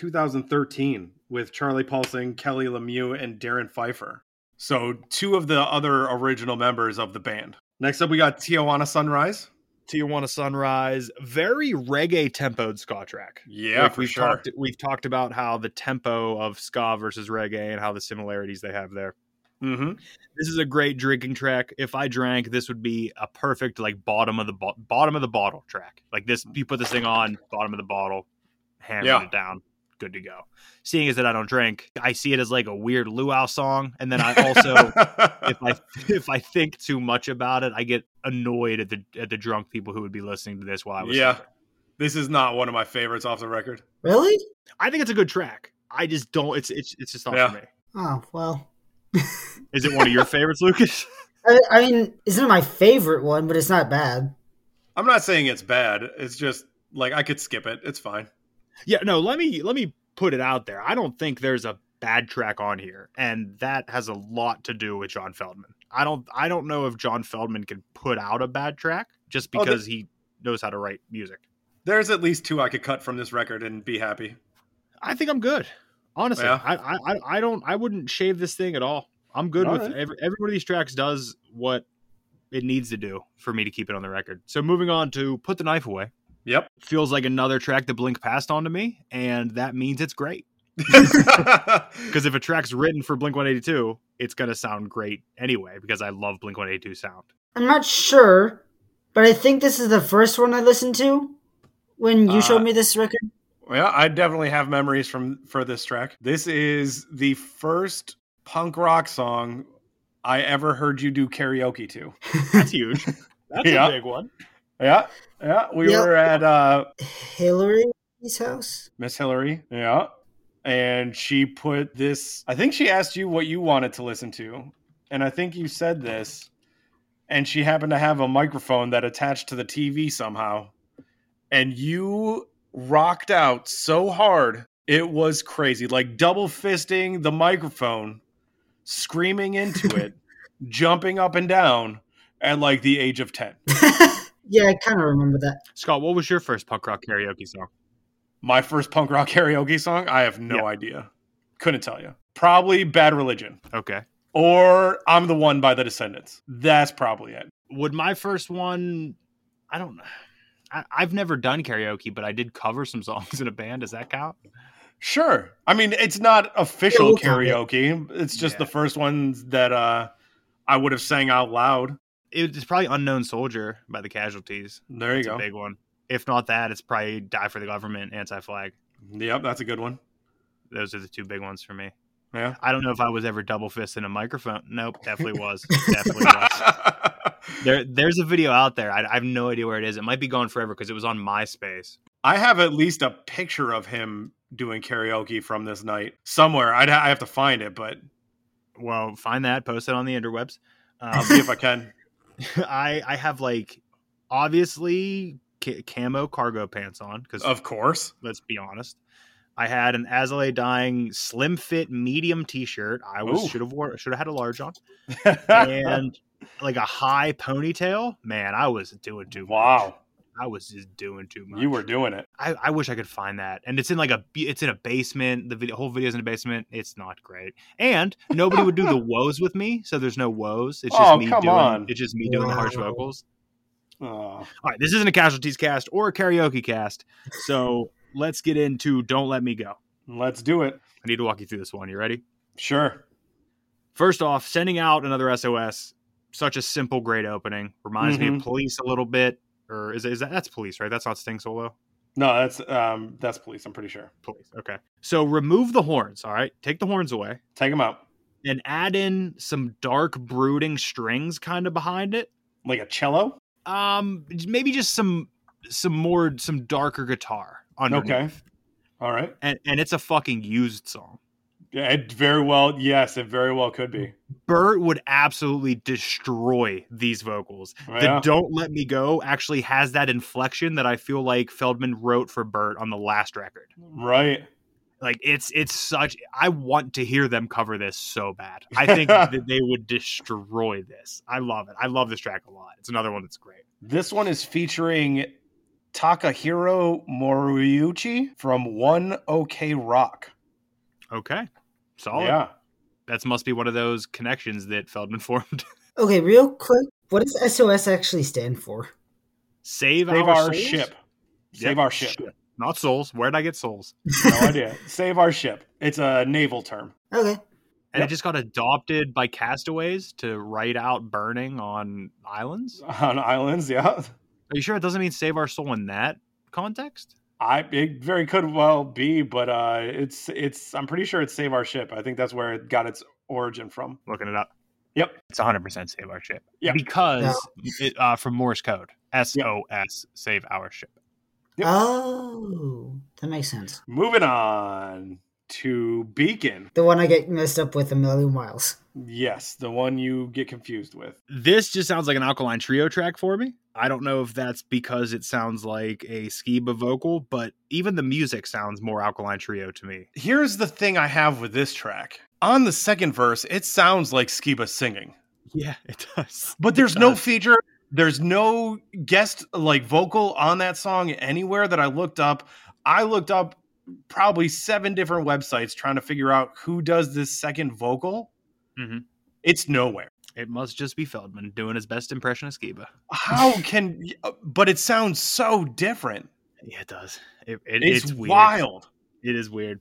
Speaker 4: 2013 with Charlie Paulson, Kelly Lemieux, and Darren Pfeiffer. So two of the other original members of the band. Next up, we got Tijuana Sunrise.
Speaker 5: Tijuana Sunrise, very reggae tempoed Scott track.
Speaker 4: Yeah,
Speaker 5: Like, we've talked we've talked about how the tempo of ska versus reggae and how the similarities they have there.
Speaker 4: Mm-hmm.
Speaker 5: this is a great drinking track. If I drank, this would be a perfect like bottom of the bo- bottom of the bottle track. Like this, you put this thing on bottom of the bottle, hammering
Speaker 4: Yeah.
Speaker 5: it down, good to go. Seeing as that I don't drink, I see it as like a weird luau song, and then I
Speaker 4: <laughs>
Speaker 5: also. If I if I think too much about it, I get annoyed at the at the drunk people who would be listening to this while I was
Speaker 4: yeah,
Speaker 5: sober.
Speaker 4: this is not one of my favorites off the record.
Speaker 6: Really?
Speaker 5: I think it's a good track. I just don't. It's it's it's just not
Speaker 4: Yeah.
Speaker 5: for me.
Speaker 6: Oh well.
Speaker 5: Is it one of your favorites, Lucas?
Speaker 6: I, I mean, it's not my favorite one, but it's not bad.
Speaker 4: I'm not saying it's bad. It's just like I could skip it. It's fine.
Speaker 5: Yeah, no, let me let me put it out there. I don't think there's a bad track on here, and that has a lot to do with John Feldman. I don't I don't know if John Feldman can put out a bad track just
Speaker 4: Oh, the-
Speaker 5: because he knows how to write music.
Speaker 4: There's at least two I could cut from this record and be happy. <laughs>
Speaker 5: I think I'm good. Honestly,
Speaker 4: Yeah.
Speaker 5: I, I I- I don't I wouldn't shave this thing at all. I'm good
Speaker 4: All
Speaker 5: with
Speaker 4: right.
Speaker 5: every every one of these tracks does what it needs to do for me to keep it on the record. So moving on to put the knife away.
Speaker 4: Yep.
Speaker 5: Feels like another track that Blink passed on to me, and that means it's great.
Speaker 4: Because
Speaker 5: Because if a track's written for Blink 182, it's going to sound great anyway, because I love Blink 182 sound.
Speaker 6: I'm not sure, but I think this is the first one I listened to when you
Speaker 4: Uh,
Speaker 6: showed me this record.
Speaker 4: Well, I definitely have memories from for this track. This is the first punk rock song I ever heard you do karaoke to.
Speaker 5: That's huge. That's
Speaker 4: Yeah.
Speaker 5: a big one.
Speaker 4: Yeah, yeah. We
Speaker 6: Yep.
Speaker 4: were at uh,
Speaker 6: Hillary's house.
Speaker 4: Miss Hillary. Yeah, and she put this. I think she asked you what you wanted to listen to, and I think you said this. And she happened to have a microphone that attached to the TV somehow, and you rocked out so hard it was crazy. Like double fisting the microphone, screaming into it, jumping up and down at like the age of ten.
Speaker 6: Yeah, I kind of remember that.
Speaker 5: Scott, what was your first punk rock karaoke song?
Speaker 4: My first punk rock <laughs> karaoke song? I have no
Speaker 5: Yeah.
Speaker 4: idea. Couldn't tell you. Probably Bad Religion
Speaker 5: Okay.
Speaker 4: or I'm the One by the Descendants. That's probably it.
Speaker 5: Would my first one, I don't know. I, I've never done karaoke, but I did cover some <laughs> songs in a band. Does that count?
Speaker 4: Sure. I mean, it's not official
Speaker 6: we'll count it.
Speaker 4: karaoke. It's just
Speaker 5: Yeah.
Speaker 4: the first ones that uh, I would have sang out loud.
Speaker 5: It's probably Unknown Soldier by the Casualties.
Speaker 4: There you
Speaker 5: It's a
Speaker 4: go.
Speaker 5: big one. If not that, it's probably Die for the Government, Anti Flag.
Speaker 4: Yep, that's a good one.
Speaker 5: Those are the two big ones for me.
Speaker 4: Yeah.
Speaker 5: I don't know if I was ever double fisting a microphone. Nope, definitely was.
Speaker 4: <laughs>
Speaker 5: definitely was. There, there's a video out there. I, I have no idea where it is. It might be gone forever because it was on MySpace.
Speaker 4: I have at least a picture of him doing karaoke from this night somewhere. I'd ha- I have to find it, but
Speaker 5: Well, find that, post it on the interwebs.
Speaker 4: I'll
Speaker 5: Um, <laughs>
Speaker 4: see if I can.
Speaker 5: I, I have like obviously ca- camo cargo pants on because
Speaker 4: Of course.
Speaker 5: let's be honest. I had an Azalea dying slim fit medium t shirt. I was
Speaker 4: Ooh.
Speaker 5: should have wore should have had a large
Speaker 4: <laughs>
Speaker 5: on and like a high ponytail. Man, I was doing too.
Speaker 4: wow,
Speaker 5: Much. I was just doing too much.
Speaker 4: you were doing it.
Speaker 5: I, I wish I could find that. And it's in like a b- it's in a basement. The video, whole video's in a basement. It's not great. And nobody
Speaker 4: <laughs>
Speaker 5: would do the woes with me, so there's no woes. It's just
Speaker 4: Oh,
Speaker 5: me
Speaker 4: come
Speaker 5: doing
Speaker 4: on.
Speaker 5: it's just me doing the harsh vocals.
Speaker 4: Oh,
Speaker 5: All right, this isn't a casualties cast or a karaoke cast. So let's get into Don't Let Me Go.
Speaker 4: let's do it.
Speaker 5: I need to walk you through this one. You ready?
Speaker 4: Sure.
Speaker 5: First off, sending out another SOS. Such a simple, great opening. Reminds me of
Speaker 4: Mhm.
Speaker 5: Police a little bit, or is, is that that's Police, right? That's not Sting solo.
Speaker 4: No, that's um, that's police. I'm pretty sure.
Speaker 5: Police. Okay. So remove the horns. All right, take the horns away,
Speaker 4: Take him out
Speaker 5: and add in some dark, brooding strings kind of behind it.
Speaker 4: like a cello.
Speaker 5: Um, maybe just some some more some darker guitar underneath.
Speaker 4: Okay. All right.
Speaker 5: And and it's a fucking used song.
Speaker 4: Yeah, it very well. Yes, it very well could be.
Speaker 5: Bert would absolutely destroy these vocals.
Speaker 4: Yeah.
Speaker 5: The Don't Let Me Go actually has that inflection that I feel like Feldman wrote for Bert on the last record.
Speaker 4: Right.
Speaker 5: Like it's it's such I want to hear them cover this so bad.
Speaker 4: <laughs>
Speaker 5: I think that they would destroy this. I love it. I love this track a lot. It's another one that's great.
Speaker 4: This one is featuring Takahiro Moriuchi from One OK Rock.
Speaker 5: Okay. Solid.
Speaker 4: yeah.
Speaker 5: That must be one of those connections that Feldman <laughs> formed.
Speaker 6: Okay, real quick, what does SOS actually stand for?
Speaker 5: Save,
Speaker 4: Save
Speaker 5: our,
Speaker 4: our
Speaker 5: souls?
Speaker 4: ship.
Speaker 5: Yep.
Speaker 4: Save our ship.
Speaker 5: Not souls. Where'd I get souls?
Speaker 4: No
Speaker 5: <laughs>
Speaker 4: idea. Save our ship. It's a naval term.
Speaker 6: Okay.
Speaker 5: And
Speaker 4: Yep.
Speaker 5: it just got adopted by castaways to write out burning on islands.
Speaker 4: on islands. Yeah,
Speaker 5: Are you sure it doesn't mean save our soul in that context?
Speaker 4: I it very could well be, but uh, it's it's I'm pretty sure it's save our ship. I think that's where it got its origin from.
Speaker 5: Looking it up.
Speaker 4: Yep.
Speaker 5: It's 100% save our ship.
Speaker 4: Yep.
Speaker 5: Because it, uh, from Morse code, SOS,
Speaker 4: Yep.
Speaker 5: save our ship.
Speaker 4: Yep.
Speaker 6: Oh, that makes sense.
Speaker 4: Moving on to Beacon.
Speaker 6: The one I get messed up with a million miles.
Speaker 4: Yes, the one you get confused with.
Speaker 5: This just sounds like an alkaline trio track for me. I don't know if that's because it sounds like a Skiba vocal, but even the music sounds more alkaline trio to me.
Speaker 4: Here's the thing I have with this track. On the second verse, it sounds like Skiba singing.
Speaker 5: Yeah, it does.
Speaker 4: But there's no feature. There's no guest like vocal on that song anywhere that I looked up. I looked up probably seven different websites trying to figure out who does this second vocal.
Speaker 5: Mhm.
Speaker 4: It's nowhere.
Speaker 5: It must just be Feldman doing his best impression of Skiba. <laughs>
Speaker 4: How can? uh, But it sounds so different.
Speaker 5: Yeah, it does. It, it,
Speaker 4: It's,
Speaker 5: it's weird.
Speaker 4: wild.
Speaker 5: It is weird.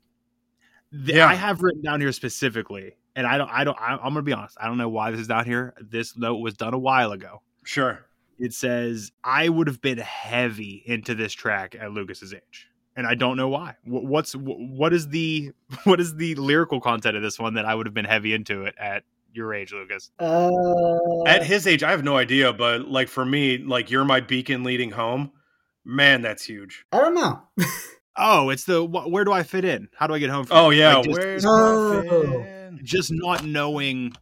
Speaker 5: Th-
Speaker 4: Yeah.
Speaker 5: I have written down here specifically, and I don't, I don't, I, I'm gonna be honest. I don't know why this is down here. This note was done a while ago.
Speaker 4: Sure.
Speaker 5: It says I would have been heavy into this track at Lucas's age, and I don't know why. Wh- What's wh- what is the <laughs> what is the lyrical content of this one that I would have been heavy into it at your age, Lucas?
Speaker 6: Uh,
Speaker 4: At his age, I have no idea. But like for me, like you're my beacon leading home. Man, that's huge.
Speaker 6: I don't know.
Speaker 5: Oh, it's the wh- where do I fit in? How do I get home? From
Speaker 4: Oh yeah.
Speaker 5: Like, just-
Speaker 4: Where's
Speaker 6: Oh.
Speaker 4: my fan?
Speaker 5: just not knowing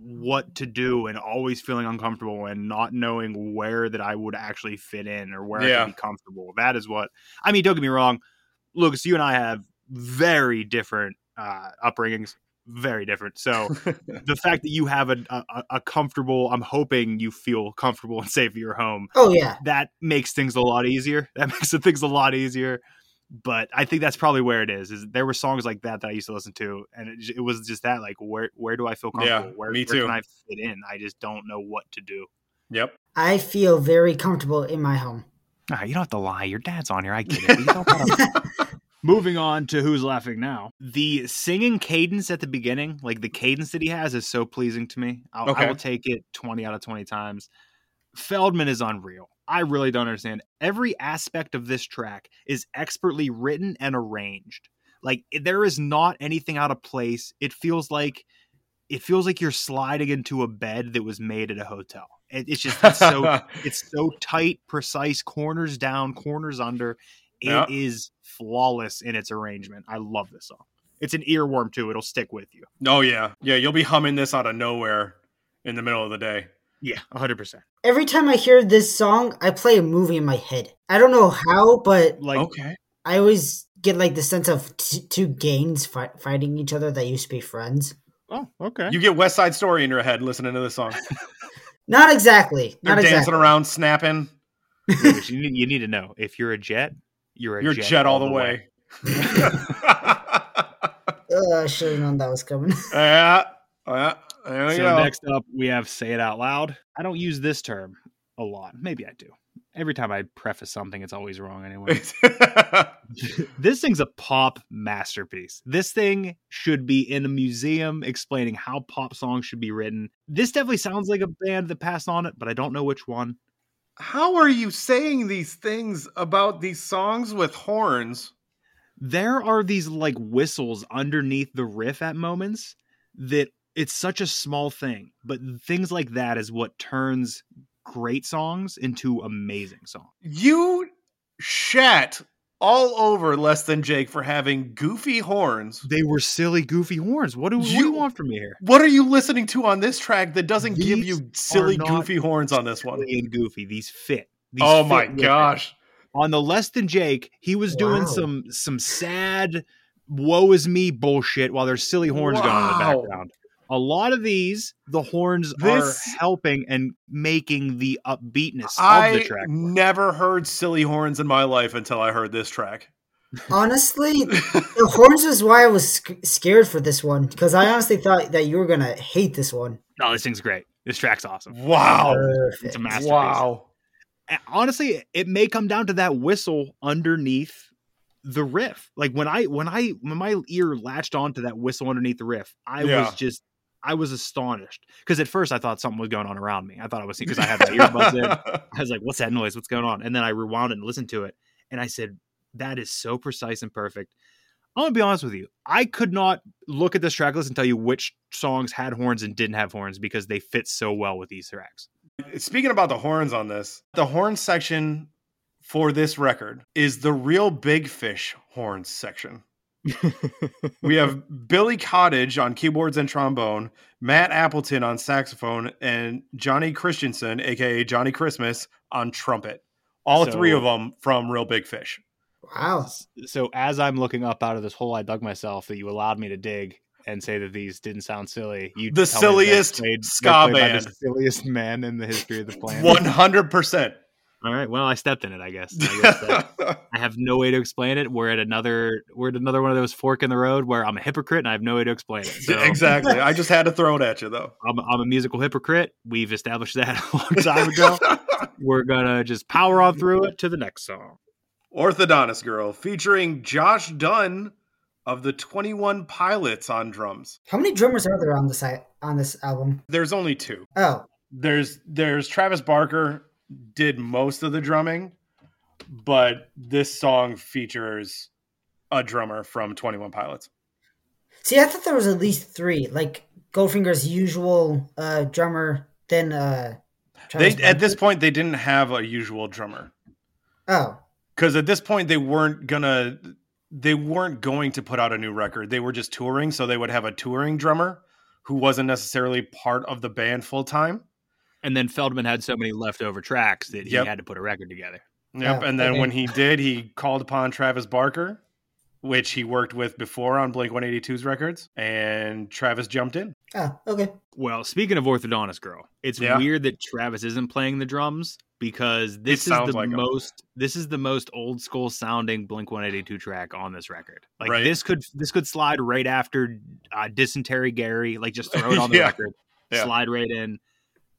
Speaker 5: what to do and always feeling uncomfortable and not knowing where that I would actually fit in or where I
Speaker 4: Yeah.
Speaker 5: could be comfortable. That is what I mean. Don't get me wrong, Lucas. You and I have very different uh, upbringings, very different. So the fact that you have a, a a comfortable, I'm hoping you feel comfortable and safe at your home
Speaker 6: Oh, yeah.
Speaker 5: that makes things a lot easier. <laughs> That makes the things a lot easier. But I think that's probably where it is. Is there were songs like that that I used to listen to, and it, j- it was just that like where where do I feel
Speaker 4: Yeah,
Speaker 5: comfortable? where,
Speaker 4: me
Speaker 5: where
Speaker 4: too.
Speaker 5: can I fit in? I just don't know what to do.
Speaker 4: Yep.
Speaker 6: I feel very comfortable in my home.
Speaker 5: Ah, you don't have to lie. Your dad's on here. I get it. but you don't gotta- Moving on to who's laughing now. The singing cadence at the beginning, like the cadence that he has, is so pleasing to me. I'll, I
Speaker 4: Okay.
Speaker 5: will take it twenty out of twenty times. Feldman is unreal. I really don't understand. Every aspect of this track is expertly written and arranged. Like it- there is not anything out of place. It feels like it feels like you're sliding into a bed that was made at a hotel. It, it's just
Speaker 4: <laughs>
Speaker 5: it's so it's so tight, precise, corners down, corners under. It is
Speaker 4: Yeah.
Speaker 5: flawless in its arrangement. I love this song. It's an earworm too. It'll stick with you.
Speaker 4: oh yeah, yeah. You'll be humming this out of nowhere in the middle of the day.
Speaker 5: Yeah, 100%.
Speaker 6: Every time I hear this song, I play a movie in my head. I don't know how, but
Speaker 5: Like
Speaker 4: okay,
Speaker 6: I always get like the sense of t- two gangs fi- fighting each other that used to be friends.
Speaker 5: oh, okay.
Speaker 4: you get West Side Story in your head listening to this song.
Speaker 6: Not exactly.
Speaker 4: They're
Speaker 6: Not
Speaker 4: dancing
Speaker 6: exactly.
Speaker 4: around, snapping.
Speaker 5: Lewis, you, need, you need to know if you're a jet, you're a
Speaker 4: You're
Speaker 5: jet,
Speaker 4: jet, all the way.
Speaker 6: Ugh, I should have known that
Speaker 5: <laughs>
Speaker 6: was coming.
Speaker 4: <laughs> yeah, Oh, yeah. There we
Speaker 5: So
Speaker 4: go. <laughs>
Speaker 5: next up, we have "Say It Out Loud." I don't use this term a lot. Maybe I do. Every time I preface something, it's always wrong anyway. this thing's a pop masterpiece. This thing should be in a museum explaining how pop songs should be written. This definitely sounds like a band that passed on it, but I don't know which one.
Speaker 4: How are you saying these things about these songs with horns?
Speaker 5: there are these like whistles underneath the riff at moments that it's such a small thing, but things like that is what turns great songs into amazing songs.
Speaker 4: You shat all over less than Jake for having goofy horns.
Speaker 5: They were silly, goofy horns. What do, what do you
Speaker 4: You-
Speaker 5: want from me here?
Speaker 4: What are you listening to on this track that doesn't give
Speaker 5: These
Speaker 4: you silly
Speaker 5: not
Speaker 4: goofy horns on this one?
Speaker 5: Silly and goofy. These fit. These
Speaker 4: Oh
Speaker 5: fit
Speaker 4: my
Speaker 5: with it.
Speaker 4: gosh.
Speaker 5: On the less than Jake, he was doing
Speaker 6: Wow.
Speaker 5: some some sad woe is me bullshit while there's silly horns going on in the
Speaker 4: Wow.
Speaker 5: background. A lot of these, the horns
Speaker 4: This-
Speaker 5: are helping and making the upbeatness of the
Speaker 4: I
Speaker 5: track.
Speaker 4: never heard silly horns in my life until I heard this track.
Speaker 6: honestly, the horns was why I was sc- scared for this one because I honestly thought that you were gonna hate this one.
Speaker 5: No, this thing's great. This track's awesome.
Speaker 4: Wow.
Speaker 5: Oh, It's
Speaker 6: Perfect.
Speaker 5: a masterpiece.
Speaker 4: Wow.
Speaker 5: And Honestly, it may come down to that whistle underneath the riff. Like when I when I when my ear latched onto that whistle underneath the riff, I
Speaker 4: Yeah.
Speaker 5: was just I was astonished because at first I thought something was going on around me. I thought I was because
Speaker 4: <laughs>
Speaker 5: I had my earbuds in. I was like, "What's that noise? What's going on?" And then I rewound it and listened to it, and I said, "That is so precise and perfect." I'm gonna be honest with you. I could not look at this track list and tell you which songs had horns and didn't have horns because they fit so well with these tracks.
Speaker 4: Speaking about the horns on this, the horn section for this record is the real big fish horns section. we have Billy Cottage on keyboards and trombone, Matt Appleton on saxophone, and Johnny Christensen, aka Johnny Christmas, on trumpet. All
Speaker 5: So-
Speaker 4: three of them from Real Big Fish.
Speaker 6: Wow.
Speaker 5: So as I'm looking up out of this hole I dug myself that you allowed me to dig and say that these didn't sound silly. You
Speaker 4: The
Speaker 5: tell me they're
Speaker 4: silliest
Speaker 5: played- they're
Speaker 4: ska
Speaker 5: played by the
Speaker 4: band.
Speaker 5: silliest man in the history of
Speaker 4: <laughs>
Speaker 5: the planet.
Speaker 4: One hundred percent.
Speaker 5: All right, well I stepped in it, I guess.
Speaker 4: <laughs>
Speaker 5: I guess that- I have no way to explain it. We're at another we're at another one of those fork in the road where I'm a hypocrite and I have no way to explain it. So
Speaker 4: Exactly. I just had to throw it at you though.
Speaker 5: I'm, I'm a musical hypocrite. We've established that <laughs> a long time ago. We're gonna just power on through it to the next song.
Speaker 4: Orthodontist Girl featuring Josh Dunn of the 21 Pilots on drums.
Speaker 6: How many drummers are there on this i- on this album?
Speaker 4: There's only two.
Speaker 6: Oh,
Speaker 4: There's there's Travis Barker did most of the drumming, but this song features a drummer from 21 Pilots.
Speaker 6: see, I thought there was at least three, like Goldfinger's usual uh, drummer. Then uh,
Speaker 4: They
Speaker 6: Travis
Speaker 4: at
Speaker 6: Barker.
Speaker 4: this point they didn't have a usual drummer
Speaker 6: Oh,
Speaker 4: cuz at this point they weren't going to they weren't going to put out a new record. They were just touring, so they would have a touring drummer who wasn't necessarily part of the band full time.
Speaker 5: And then Feldman had so many leftover tracks that
Speaker 4: Yep.
Speaker 5: he had to put a record together.
Speaker 4: Yep.
Speaker 6: Oh,
Speaker 4: and then
Speaker 6: okay.
Speaker 4: when he did, he called upon Travis Barker, which he worked with before on Blink 182's records, and Travis jumped in.
Speaker 6: oh, okay.
Speaker 5: Well, speaking of orthodontist girl, it's
Speaker 4: Yeah.
Speaker 5: weird that Travis isn't playing the drums because this is
Speaker 4: sounds
Speaker 5: the
Speaker 4: like him.
Speaker 5: most this is the most old school sounding Blink 182 track on this record. Like
Speaker 4: Right.
Speaker 5: this could this could slide right after uh, Dysentery Gary, like just throw it on the
Speaker 4: <laughs> Yeah.
Speaker 5: record,
Speaker 4: Yeah.
Speaker 5: slide right in.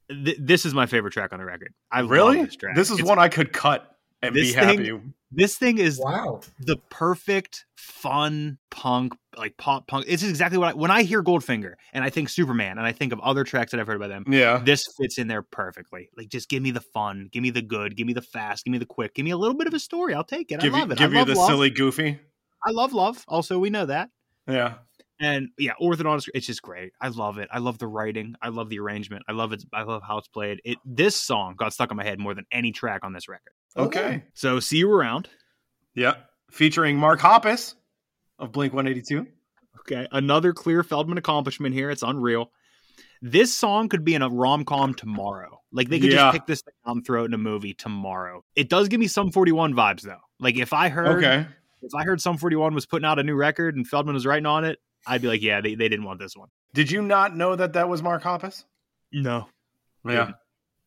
Speaker 5: Th- this is my favorite track on the record. I
Speaker 4: Really? This,
Speaker 5: love this track.
Speaker 4: is
Speaker 5: It's-
Speaker 4: one I could cut and be
Speaker 5: This
Speaker 4: happy.
Speaker 5: This thing is
Speaker 6: Wow.
Speaker 5: the perfect fun punk like pop punk. It's exactly what I when I hear Goldfinger and I think Superman and I think of other tracks that I've heard by them
Speaker 4: yeah.
Speaker 5: this fits in there perfectly. Like, just give me the fun, give me the good, give me the fast, give me the quick, give me a little bit of a story. I'll take it.
Speaker 4: Give
Speaker 5: I love
Speaker 4: you,
Speaker 5: it.
Speaker 4: give
Speaker 5: I
Speaker 4: you
Speaker 5: love
Speaker 4: the
Speaker 5: love.
Speaker 4: silly goofy.
Speaker 5: I love love. Also, we know that.
Speaker 4: Yeah.
Speaker 5: And yeah, Orthodontist, it's just great. I love it. I love the writing. I love the arrangement. I love it. I love how it's played. It this song got stuck in my head more than any track on this record.
Speaker 4: Okay.
Speaker 5: So see you around.
Speaker 4: Yeah. Featuring Mark Hoppus of Blink 182.
Speaker 5: Okay. Another clear Feldman accomplishment here. It's unreal. This song could be in a rom com tomorrow. Like they could
Speaker 4: Yeah.
Speaker 5: just pick this thing out and throw it in a movie tomorrow. It does give me some 41 vibes though. Like if I heard
Speaker 4: Okay.
Speaker 5: if I heard some 41 was putting out a new record and Feldman was writing on it, I'd be like, yeah, they, they didn't want this one.
Speaker 4: Did you not know that that was Mark Hoppus?
Speaker 5: No.
Speaker 4: Yeah.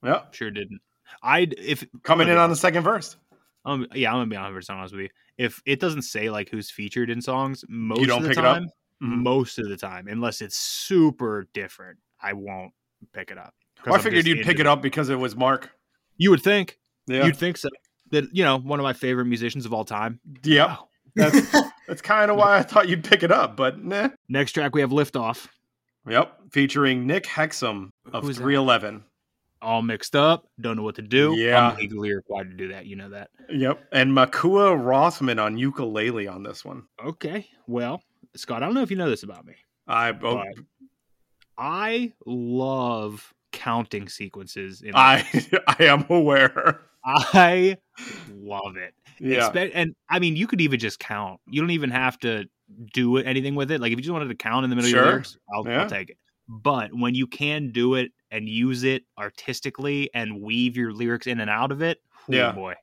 Speaker 4: Yeah.
Speaker 5: Sure didn't. I'd if
Speaker 4: Coming in
Speaker 5: Okay.
Speaker 4: on the second verse.
Speaker 5: Um, yeah, I'm gonna be 100 percent honest with you. If it doesn't say like who's featured in songs, most
Speaker 4: don't
Speaker 5: of the
Speaker 4: pick it up?
Speaker 5: time,
Speaker 4: Mhm.
Speaker 5: most of the time, unless it's super different, I won't pick it up. 'Cause
Speaker 4: I
Speaker 5: I'm
Speaker 4: figured
Speaker 5: just
Speaker 4: you'd pick
Speaker 5: into-
Speaker 4: it up because it was Mark.
Speaker 5: You would think.
Speaker 4: Yeah.
Speaker 5: You'd think so. That you know, one of my favorite musicians of all time. <laughs>
Speaker 4: Yep. That's that's kind of why I thought you'd pick it up, but nah.
Speaker 5: Next track we have Liftoff.
Speaker 4: Yep. Featuring Nick Hexum of
Speaker 5: Who's that?
Speaker 4: 311.
Speaker 5: All mixed up. Don't know what to do.
Speaker 4: Yeah.
Speaker 5: I'm legally required to do that. You know that.
Speaker 4: Yep. And Makua Rothman on ukulele on this one.
Speaker 5: Okay. Well, Scott, I don't know if you know this about me.
Speaker 4: I oh,
Speaker 5: Right. I love counting sequences. In
Speaker 4: I <laughs> I am aware.
Speaker 5: I love it.
Speaker 4: Yeah.
Speaker 5: Expe- and I mean, you could even just count. You don't even have to do it, anything with it. Like if you just wanted to count in the middle of
Speaker 4: Sure.
Speaker 5: your lyrics, I'll,
Speaker 4: Yeah.
Speaker 5: I'll take it. But when you can do it and use it artistically and weave your lyrics in and out of it, oh
Speaker 4: Yeah.
Speaker 5: boy.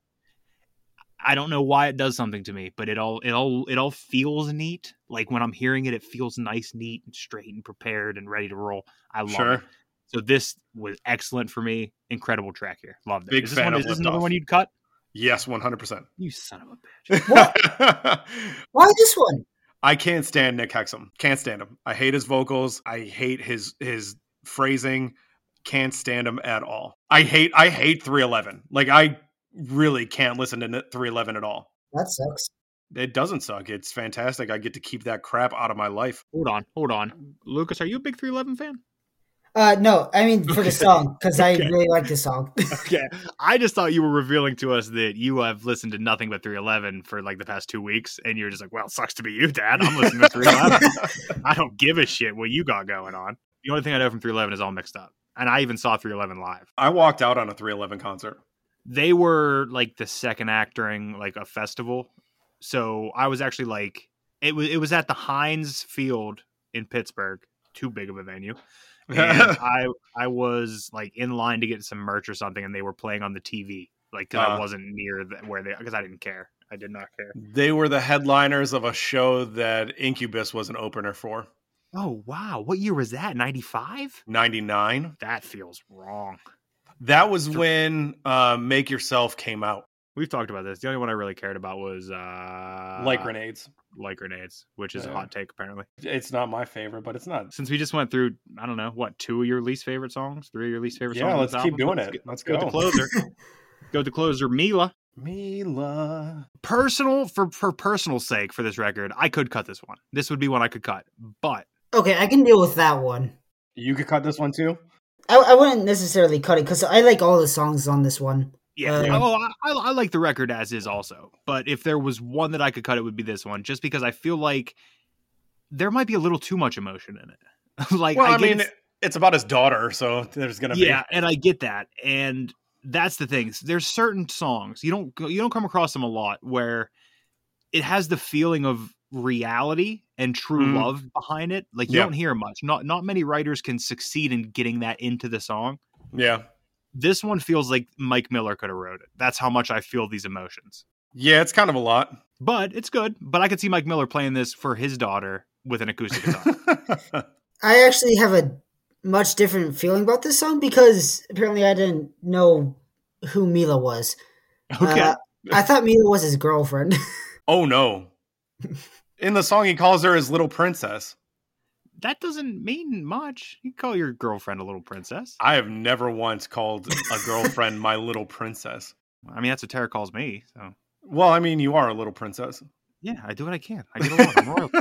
Speaker 5: I don't know why it does something to me, but it all it all it all feels neat. Like when I'm hearing it, it feels nice, neat, and straight and prepared and ready to roll. I love it.
Speaker 4: sure.
Speaker 5: So this was excellent for me. Incredible track here. Loved it.
Speaker 4: Big
Speaker 5: is this,
Speaker 4: fan
Speaker 5: one,
Speaker 4: of
Speaker 5: is this
Speaker 4: Lift
Speaker 5: another
Speaker 4: Off.
Speaker 5: one you'd cut?
Speaker 4: Yes, 100%.
Speaker 5: You son of a bitch.
Speaker 6: <laughs> Why this one?
Speaker 4: <laughs> I can't stand Nick Hexum. Can't stand him. I hate his vocals. I hate his his phrasing. Can't stand him at all. I hate I hate 311. Like I really can't listen to Ni- 311 at all.
Speaker 6: That sucks.
Speaker 4: It doesn't suck. It's fantastic. I get to keep that crap out of my <laughs> life.
Speaker 5: Hold on, hold on. Lucas, are you a big 311 fan?
Speaker 6: Uh, no, I mean for the song because I
Speaker 5: Okay.
Speaker 6: really like the song.
Speaker 5: Okay. I just thought you were revealing to us that you have listened to nothing but 311 for like the past two weeks, and you're just like, well, it sucks to be you, Dad. I'm listening to <laughs> 311. I don't give a shit what you got going on. The only thing I know from 311 is all mixed up. And I even saw 311 live.
Speaker 4: I walked out on a 311 concert.
Speaker 5: They were like the second act during like a festival. So I was actually like, it was, it was at the Heinz Field in Pittsburgh, too big of a venue.
Speaker 4: <laughs>
Speaker 5: and I I was like in line to get some merch or something, and they were playing on the TV, like 'cause
Speaker 4: Uh-huh.
Speaker 5: I wasn't near the, where they because I didn't care. I did not care.
Speaker 4: they were the headliners of a show that Incubus was an opener for.
Speaker 5: Oh wow, what year was that? Ninety five.
Speaker 4: 99.
Speaker 5: That feels wrong.
Speaker 4: That was when uh, Make Yourself came out.
Speaker 5: We've talked about this. The only one I really cared about was uh,
Speaker 4: like grenades.
Speaker 5: light grenades, which is a
Speaker 4: Yeah.
Speaker 5: hot take apparently.
Speaker 4: It's not my favorite, but it's not
Speaker 5: Since we just went through, I don't know what two of your least favorite songs, three of your least favorite
Speaker 4: Yeah,
Speaker 5: songs.
Speaker 4: let's
Speaker 5: on this
Speaker 4: keep
Speaker 5: album?
Speaker 4: doing
Speaker 5: Let's
Speaker 4: it.
Speaker 5: go-
Speaker 4: Let's
Speaker 5: go with
Speaker 4: go. <laughs>
Speaker 5: the closer. go with the closer, Mila.
Speaker 4: Mila.
Speaker 5: personal for for personal sake for this record, I could cut this one. This would be one I could cut. But
Speaker 6: okay, I can deal with that one.
Speaker 4: You could cut this one too.
Speaker 6: I, I wouldn't necessarily cut it because I like all the songs on this one.
Speaker 5: yeah,
Speaker 4: Uh,
Speaker 6: Yeah.
Speaker 5: oh, I, I, I like the record as is also. But if there was one that I could cut, it would be this one, just because I feel like there might be a little too much emotion in it. <laughs> like,
Speaker 4: Well, I,
Speaker 5: get
Speaker 4: mean,
Speaker 5: it's-
Speaker 4: it's about his daughter, so there's gonna
Speaker 5: yeah, and I get that, and that's the thing. There's certain songs you don't go- you don't come across them a lot where it has the feeling of reality and true
Speaker 4: Mhm.
Speaker 5: love behind it. Like you
Speaker 4: Yeah.
Speaker 5: don't hear much. Not not many writers can succeed in getting that into the song.
Speaker 4: be. Yeah,
Speaker 5: This one feels like Mike Miller could have wrote it. That's how much I feel these emotions.
Speaker 4: yeah, it's kind of a lot.
Speaker 5: But it's good. But I could see Mike Miller playing this for his daughter with an
Speaker 4: <laughs>
Speaker 5: acoustic guitar.
Speaker 6: I actually have a much different feeling about this song because apparently I didn't know who Mila was.
Speaker 5: okay.
Speaker 6: Uh, I thought Mila was his girlfriend. <laughs>
Speaker 4: oh
Speaker 5: <laughs>
Speaker 4: no! In the song, he calls her his little princess.
Speaker 5: that doesn't mean much. You call your girlfriend a little princess.
Speaker 4: I have never once called a girlfriend my little princess.
Speaker 5: I mean, that's what Tara calls me. So
Speaker 4: Well, I mean, you are a little princess. <laughs>
Speaker 5: yeah, I do what I can. I get along. I'm <laughs> royalty.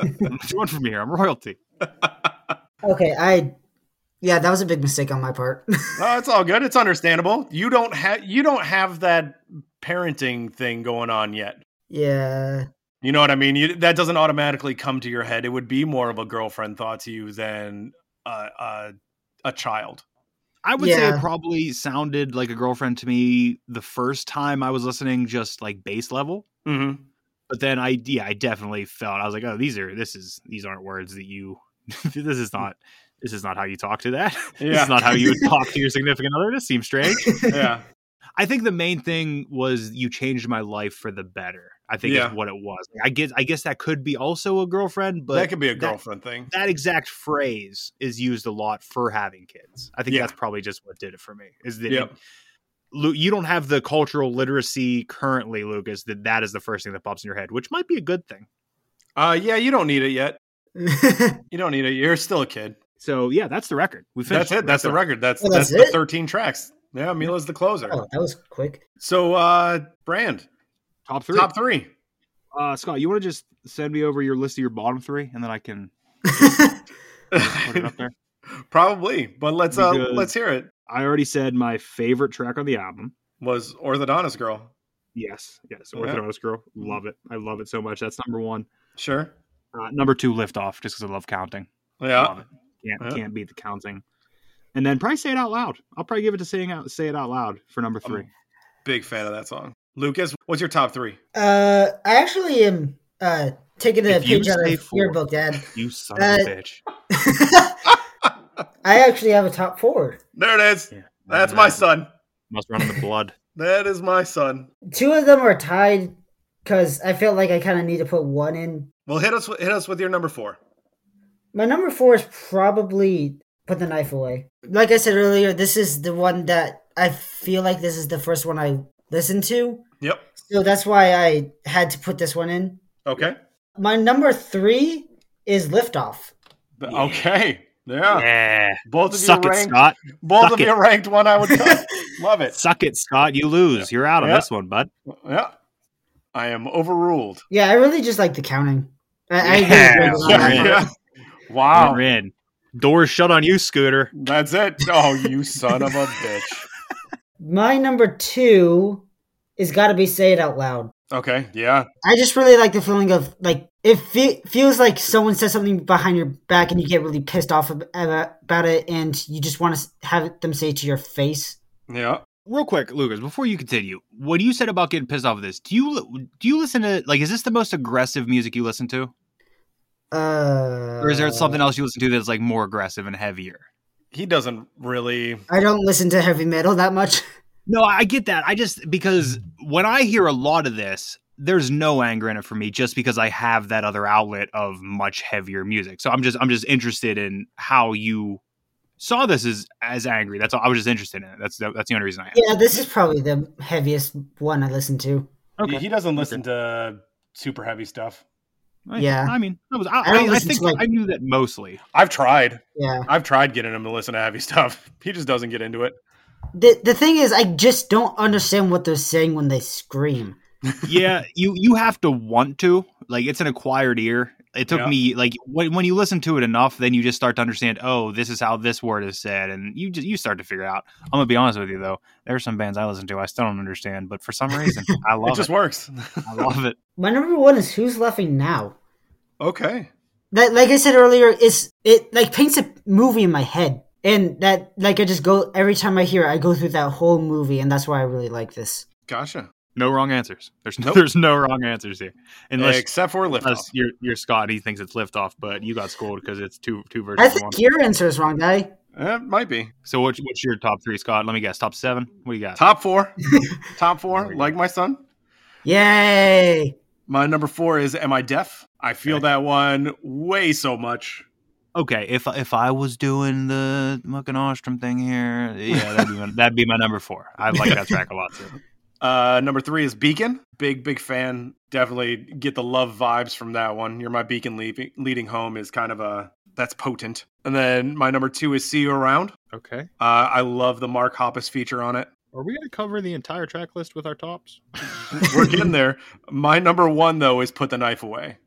Speaker 5: I'm going from here. I'm royalty.
Speaker 6: okay, I yeah, that was a big mistake on my part. <laughs>
Speaker 4: No, it's all good. It's understandable. You don't have you don't have that parenting thing going on yet.
Speaker 6: yeah, <laughs>
Speaker 4: You know what I mean? You, that doesn't automatically come to your head. It would be more of a girlfriend thought to you than a a, a child.
Speaker 5: I would say
Speaker 6: Yeah.
Speaker 5: it probably sounded like a girlfriend to me the first time I was listening, just like bass level. <laughs>
Speaker 4: Mm-hmm.
Speaker 5: But then I, yeah, I definitely felt I was like, oh, these are this is these aren't words that you. <laughs> this is not this is not how you talk to that. <laughs> this
Speaker 4: Yeah.
Speaker 5: is not how you <laughs> would talk to your significant other. This seems strange.
Speaker 4: Yeah,
Speaker 5: I think the main thing was you changed my life for the better. I think
Speaker 4: Yeah.
Speaker 5: is what it was. I guess I guess that could be also a girlfriend, but
Speaker 4: that could be a
Speaker 5: that-
Speaker 4: girlfriend thing.
Speaker 5: that exact phrase is used a lot for having kids. I think
Speaker 4: Yeah.
Speaker 5: that's probably just what did it for me. Is that
Speaker 4: Yep.
Speaker 5: Lu- you don't have the cultural literacy currently, Lucas. That that is the first thing that pops in your head, which might be a good thing.
Speaker 4: Uh, yeah, you don't need it yet.
Speaker 6: Oh,
Speaker 4: You don't need it. You're still a kid.
Speaker 5: So yeah, that's the record. We finished.
Speaker 4: That's it. That's the record. That's
Speaker 6: Well,
Speaker 4: that's,
Speaker 6: that's
Speaker 4: the
Speaker 6: it.
Speaker 4: 13 tracks. Yeah, Mila's the closer.
Speaker 6: oh, that was quick. <laughs>
Speaker 4: So, uh, brand
Speaker 5: Top three.
Speaker 4: top three. <laughs>
Speaker 5: Uh, Scott, you want to just send me over your list of your bottom three, and then I can put it up there.
Speaker 4: Probably, but let's uh,
Speaker 5: Because-
Speaker 4: let's hear it.
Speaker 5: <laughs> I already said my favorite track on the album.
Speaker 4: Was orthodontist girl?
Speaker 5: Yes, yes,
Speaker 4: Yeah.
Speaker 5: Orthodox Girl. Love it. I love it so much. That's number one.
Speaker 4: Sure.
Speaker 5: Uh, number two, Lift Off, just because I love counting. Love
Speaker 4: Yeah.
Speaker 5: it. Can't,
Speaker 4: Yeah.
Speaker 5: can't beat the counting. And then probably say it out loud. I'll probably give it to saying out say it out loud for number
Speaker 4: Um,
Speaker 5: three.
Speaker 4: Big fan of that song. Lucas, what's your top three?
Speaker 6: Uh, I actually am uh taking a
Speaker 5: If you
Speaker 6: page out
Speaker 5: say
Speaker 6: of
Speaker 5: four.
Speaker 6: your book, Dad. <laughs>
Speaker 5: you son
Speaker 6: that-
Speaker 5: of a bitch.
Speaker 6: I actually have a top four.
Speaker 4: There it is.
Speaker 5: Yeah.
Speaker 4: That's my son.
Speaker 5: Must run in the blood.
Speaker 4: That is my son.
Speaker 6: Two of them are tied because I felt like I kind of need to put one in.
Speaker 4: Well, hit us hit us with your number four.
Speaker 6: My number four is probably put the knife away. Like I said earlier, this is the one that I feel like this is the first one I listened to.
Speaker 4: Yep.
Speaker 6: So that's why I had to put this one in.
Speaker 4: Okay.
Speaker 6: My number three is liftoff.
Speaker 4: The- Okay. <laughs> Yeah.
Speaker 5: Yeah.
Speaker 4: Both of
Speaker 5: Suck
Speaker 4: you
Speaker 5: it,
Speaker 4: ranked.
Speaker 5: Scott.
Speaker 4: both of
Speaker 5: Suck
Speaker 4: you ranked one. <laughs> I would cut. love it.
Speaker 5: Suck it, Scott. You lose. You're out of
Speaker 4: Yeah.
Speaker 5: this one, bud.
Speaker 4: Yeah. I am overruled.
Speaker 6: Yeah, I really just like the counting. I, I agree
Speaker 5: Yeah.
Speaker 6: with you on
Speaker 4: Yeah.
Speaker 6: that.
Speaker 4: yeah.
Speaker 5: You're
Speaker 4: Wow.
Speaker 5: in. Doors shut on you, Scooter.
Speaker 4: That's it. Oh, you son of a bitch.
Speaker 6: My number two is got to be say it out loud.
Speaker 4: Okay. Yeah.
Speaker 6: I just really like the feeling of like it fe- feels like someone says something behind your back and you get really pissed off ab- ab- about it and you just want to have them say it to your face.
Speaker 4: Yeah.
Speaker 5: Real quick, Lucas, before you continue, what you said about getting pissed off of this, do you li- do you listen to like is this the most aggressive music you listen to?
Speaker 6: Uh,
Speaker 5: Or is there something else you listen to that's like more aggressive and heavier?
Speaker 4: He doesn't really.
Speaker 6: I don't listen to heavy metal that much. <laughs>
Speaker 5: No, I get that. I just because when I hear a lot of this, there's no anger in it for me just because I have that other outlet of much heavier music. So I'm just I'm just interested in how you saw this as as angry. That's all I was just interested in it. That's that's the only reason I asked.
Speaker 6: yeah, this is probably the heaviest one I listen to.
Speaker 5: Okay.
Speaker 4: He doesn't listen to super heavy stuff.
Speaker 5: I-
Speaker 6: Yeah.
Speaker 5: I mean, I was I,
Speaker 6: I don't
Speaker 5: I, I
Speaker 6: listen
Speaker 5: think
Speaker 6: to, like-
Speaker 5: I knew that mostly.
Speaker 4: I've tried.
Speaker 6: Yeah.
Speaker 4: I've tried getting him to listen to heavy <laughs> stuff. He just doesn't get into it.
Speaker 6: The the thing is, I just don't understand what they're saying when they scream.
Speaker 5: yeah, you you have to want to. Like it's an acquired ear. It took
Speaker 4: Yeah.
Speaker 5: me like when when you listen to it enough, then you just start to understand. Oh, this is how this word is said, and you just you start to figure it out. I'm gonna be honest with you though. There are some bands I listen to I still don't understand, but for some reason I
Speaker 4: <laughs>
Speaker 5: love
Speaker 4: it
Speaker 5: it.
Speaker 4: just works.
Speaker 5: I love it.
Speaker 6: My number one is who's laughing now.
Speaker 4: okay.
Speaker 6: That, like I said earlier, it's it like paints a movie in my head, and that like I just go every time I hear it, I go through that whole movie, and that's why I really like this.
Speaker 4: Gotcha.
Speaker 5: No wrong answers. There's no
Speaker 4: Nope.
Speaker 5: there's no wrong answers here, unless.
Speaker 4: Except for liftoff.
Speaker 5: <laughs> Unless you're, you're Scott, he thinks it's liftoff, but you got scolded because it's two two
Speaker 6: I
Speaker 5: versus one.
Speaker 6: think your answer is wrong, guy.
Speaker 4: Eh, might be.
Speaker 5: So what's, what's your top three, Scott? Let me guess. Top seven? What do you got?
Speaker 4: Top
Speaker 5: <laughs>
Speaker 4: four. Top
Speaker 5: There
Speaker 4: four.
Speaker 5: we
Speaker 4: Like my son.
Speaker 6: Yay!
Speaker 4: My number four is Am I Deaf? I feel
Speaker 5: Okay.
Speaker 4: that one way so much.
Speaker 5: Okay, if if I was doing the fucking Ostrom thing here, yeah, that'd be my, <laughs> that'd be my number four. I like that track a lot too.
Speaker 4: Uh, number three is Beacon. Big, big fan. Definitely get the love vibes from that one. You're my Beacon leaving, leading home is kind of a that's potent. And then my number two is See You Around.
Speaker 5: Okay,
Speaker 4: Uh, I love the Mark Hoppus feature on it.
Speaker 5: are we gonna cover the entire track list with our tops?
Speaker 4: We're getting there. My number one though is Put the Knife Away.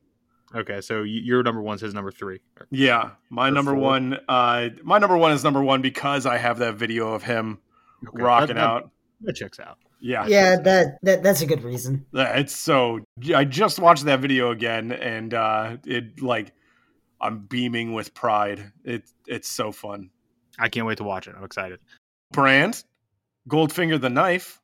Speaker 5: Okay, so y- your number one's his number three.
Speaker 4: Yeah, my
Speaker 5: Or
Speaker 4: number
Speaker 5: four.
Speaker 4: one. Uh, my number one is number one because I have that video of him
Speaker 5: Okay,
Speaker 4: rocking
Speaker 5: that- that-
Speaker 4: out.
Speaker 5: That checks out.
Speaker 4: Yeah.
Speaker 6: Yeah, that, that that's a good reason.
Speaker 4: Yeah, It's so I just watched that video again and uh it like I'm beaming with pride. It it's so fun.
Speaker 5: I can't wait to watch it. I'm excited.
Speaker 4: Brand Goldfinger the Knife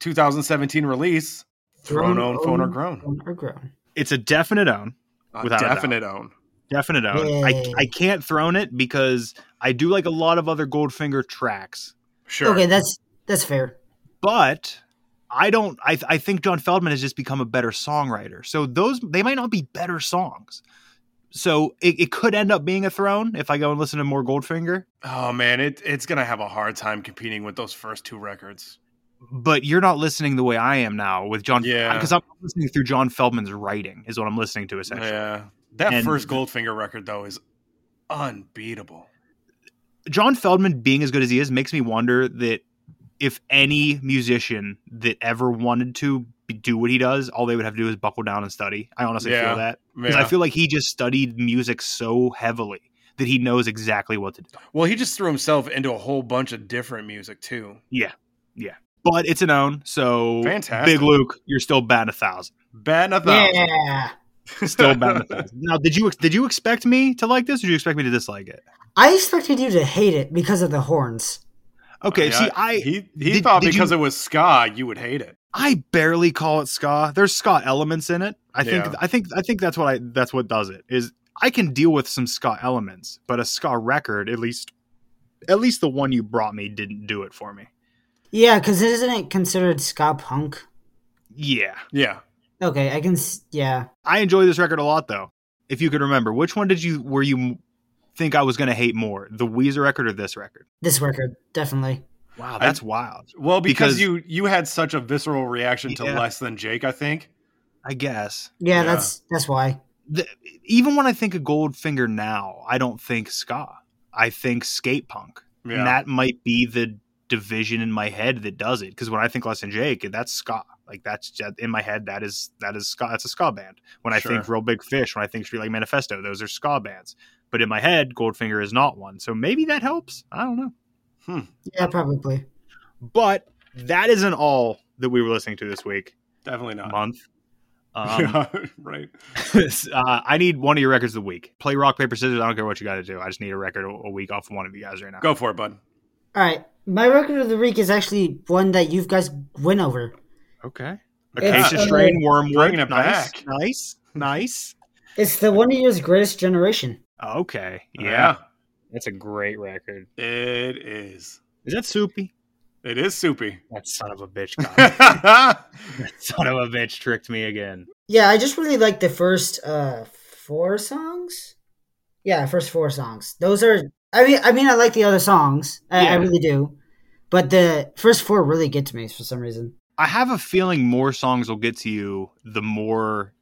Speaker 4: 2017 release Thrown own, phone or grown.
Speaker 6: Phone or grown.
Speaker 5: It's a definite own.
Speaker 4: A
Speaker 5: Without a doubt.
Speaker 4: definite own.
Speaker 5: Definite own. I,
Speaker 6: Yay.
Speaker 5: I can't thrown it because I do like a lot of other Goldfinger tracks,
Speaker 4: Sure.
Speaker 6: Okay, that's that's fair.
Speaker 5: but I don't. I I think John Feldman has just become a better songwriter. So those they might not be better songs. So it, it could end up being a throne if I go and listen to more Goldfinger.
Speaker 4: Oh man, it it's going to have a hard time competing with those first two records.
Speaker 5: But you're not listening the way I am now with John.
Speaker 4: Yeah.
Speaker 5: Because I'm listening through John Feldman's writing is what I'm listening to essentially.
Speaker 4: Yeah. That
Speaker 5: And-
Speaker 4: first Goldfinger record though is unbeatable.
Speaker 5: John Feldman being as good as he is makes me wonder that if any musician that ever wanted to be- do what he does, all they would have to do is buckle down and study. I honestly
Speaker 4: Yeah.
Speaker 5: feel that because
Speaker 4: Yeah.
Speaker 5: I feel like he just studied music so heavily that he knows exactly what to do.
Speaker 4: well, he just threw himself into a whole bunch of different music too.
Speaker 5: But it's an own, so
Speaker 4: Fantastic.
Speaker 5: Big Luke, you're still batting a thousand.
Speaker 4: Bad a thousand. <laughs>
Speaker 6: Yeah.
Speaker 5: Still batting a <laughs> thousand. Now, did you did you expect me to like this, or did you expect me to dislike it?
Speaker 6: I expected you to hate it because of the horns.
Speaker 5: Okay,
Speaker 4: Yeah,
Speaker 5: see, I
Speaker 4: he he
Speaker 5: did-
Speaker 4: thought
Speaker 5: did
Speaker 4: because
Speaker 5: you-
Speaker 4: it was ska, you would hate it.
Speaker 5: I barely call it ska. There's ska elements in it. I think
Speaker 4: Yeah.
Speaker 5: I think I think that's what I that's what does it is I can deal with some ska elements, but a ska record at least at least the one you brought me didn't do it for me.
Speaker 6: Yeah, because isn't it considered ska punk?
Speaker 5: Yeah.
Speaker 4: Yeah,
Speaker 6: Okay, I can. s- Yeah,
Speaker 5: I enjoy this record a lot though. If you could remember, which one did you were you m- think I was going to hate more, the Weezer record or this record?
Speaker 6: this record definitely.
Speaker 5: Wow, that's wild.
Speaker 4: well, because,
Speaker 5: Because-
Speaker 4: you you had such a visceral reaction to
Speaker 5: Yeah.
Speaker 4: less than Jake. I think.
Speaker 5: I guess.
Speaker 6: Yeah,
Speaker 4: Yeah.
Speaker 6: that's that's why.
Speaker 5: The, even when I think of Goldfinger now, I don't think ska. I think skate punk.
Speaker 4: Yeah,
Speaker 5: And that might be the division in my head that does it. Because when I think Less Than Jake, that's ska. Like that's just, in my head. That is that is ska. That's a ska band. When I think
Speaker 4: Sure.
Speaker 5: Real Big Fish, when I think Street Like Manifesto, those are ska bands. But in my head, Goldfinger is not one. So maybe that helps. I don't know.
Speaker 6: Yeah, probably.
Speaker 5: But that isn't all that we were listening to this week
Speaker 4: definitely not. <laughs>
Speaker 5: month. Um, <laughs>
Speaker 4: Yeah, right.
Speaker 5: uh, I need one of your records of the week. Play rock paper scissors. I don't care what you got to do. I just need a record a- a week off of one of you guys right now.
Speaker 4: Go for it, bud.
Speaker 6: All right, my record of the week is actually one that you guys went over.
Speaker 5: Okay.
Speaker 6: It's,
Speaker 5: Acacia
Speaker 6: uh,
Speaker 5: strain wormwood.
Speaker 4: bringing it
Speaker 5: nice,
Speaker 4: back.
Speaker 5: Nice. Nice.
Speaker 6: It's the one year's greatest generation.
Speaker 5: Okay. Yeah. That's a great record.
Speaker 4: Yeah, it is.
Speaker 5: Is that Soupy?
Speaker 4: It is soupy. <laughs>
Speaker 5: That son of a bitch. God. <laughs>
Speaker 4: yeah,
Speaker 5: that son of a bitch tricked me again.
Speaker 6: Yeah, I just really like the first uh four songs. Yeah, first four songs. Those are. I mean, I mean, I like the other songs. I, I
Speaker 5: Yeah.
Speaker 6: really do, but the first four really get to me for some reason.
Speaker 5: I have a feeling more songs will get to you the more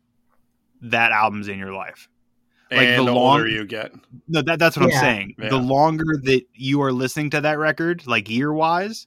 Speaker 5: that album's in your life. Like
Speaker 4: and
Speaker 5: the
Speaker 4: the,
Speaker 5: long-
Speaker 4: older you get,
Speaker 5: No, that, that's what
Speaker 6: Yeah.
Speaker 5: I'm saying.
Speaker 4: Yeah.
Speaker 5: The longer that you are listening to that record, like year wise,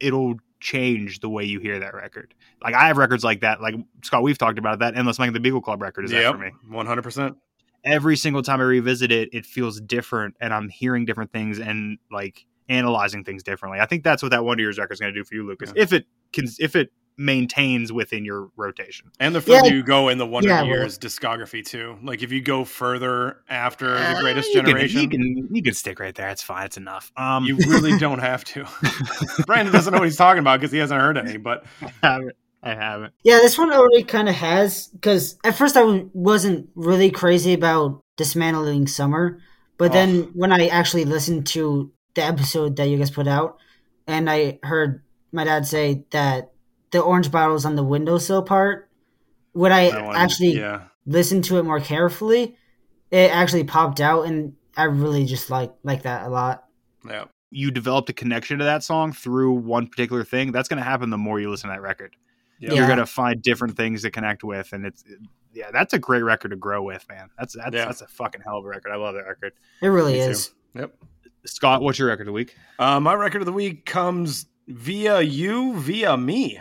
Speaker 5: it'll change the way you hear that record. Like I have records like that. Like Scott, we've talked about that. Endless Mike and the Beagle Club record is that for me.
Speaker 4: one hundred percent.
Speaker 5: every single time I revisit it, it feels different and I'm hearing different things and like analyzing things differently. I think that's what that Wonder Years record is going to do for you, Lucas. If it can, if it maintains within your rotation.
Speaker 4: And the further
Speaker 6: Yeah.
Speaker 4: you go in the Wonder
Speaker 6: Yeah, well-
Speaker 4: Years discography too. Like if you go further after the
Speaker 5: Uh,
Speaker 4: Greatest
Speaker 5: you can-
Speaker 4: Generation,
Speaker 5: you can, you can stick right there. It's fine. It's enough. Um,
Speaker 4: You
Speaker 5: <laughs>
Speaker 4: really don't have to. <laughs> Brandon doesn't know what he's talking about because he hasn't heard any. But
Speaker 5: haven't. I haven't.
Speaker 6: Yeah, this one already kind of has because at first I w- wasn't really crazy about dismantling summer,
Speaker 4: Oh.
Speaker 6: but then when I actually listened to the episode that you guys put out, and I heard my dad say that the orange bottles on the windowsill part, when I
Speaker 4: that one-
Speaker 6: actually
Speaker 4: yeah,
Speaker 6: listened to it more carefully, it actually popped out, and I really just like like that a lot.
Speaker 4: yeah,
Speaker 5: You developed a connection to that song through one particular thing. That's going to happen the more you listen to that record.
Speaker 4: yeah.
Speaker 5: You're going to find different things to connect with, and it's yeah, that's a great record to grow with, man. That's that's
Speaker 4: Yeah.
Speaker 5: that's a fucking hell of a record. I love that record.
Speaker 6: It really
Speaker 4: Me too.
Speaker 6: is.
Speaker 4: Yep.
Speaker 5: Scott, what's your record of the week?
Speaker 4: Uh, my record of the week comes via you, via me.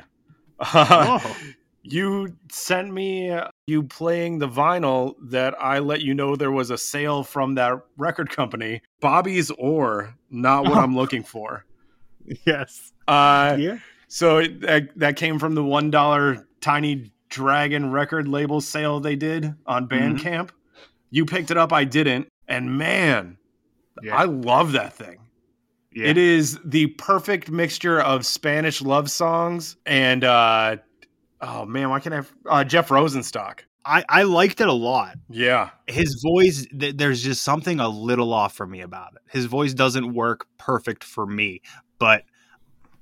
Speaker 4: <laughs>
Speaker 5: Oh.
Speaker 4: you sent me uh, you playing the vinyl that I let you know there was a sale from that record company, Bobby's Or. Not what
Speaker 5: Oh.
Speaker 4: I'm looking for.
Speaker 5: <laughs> yes.
Speaker 4: Uh,
Speaker 5: Yeah.
Speaker 4: So it, that, that came from the one dollar Tiny Dragon record label sale they did on
Speaker 5: Mm-hmm.
Speaker 4: Bandcamp. You picked it up, I didn't, and man,
Speaker 5: Yeah.
Speaker 4: I love that thing.
Speaker 5: Yeah.
Speaker 4: It is the perfect mixture of Spanish love songs and uh, oh man, why can't I have uh, Jeff Rosenstock?
Speaker 5: I, I liked it a lot.
Speaker 4: Yeah,
Speaker 5: His voice, th- there's just something a little off for me about it. His voice doesn't work perfect for me, but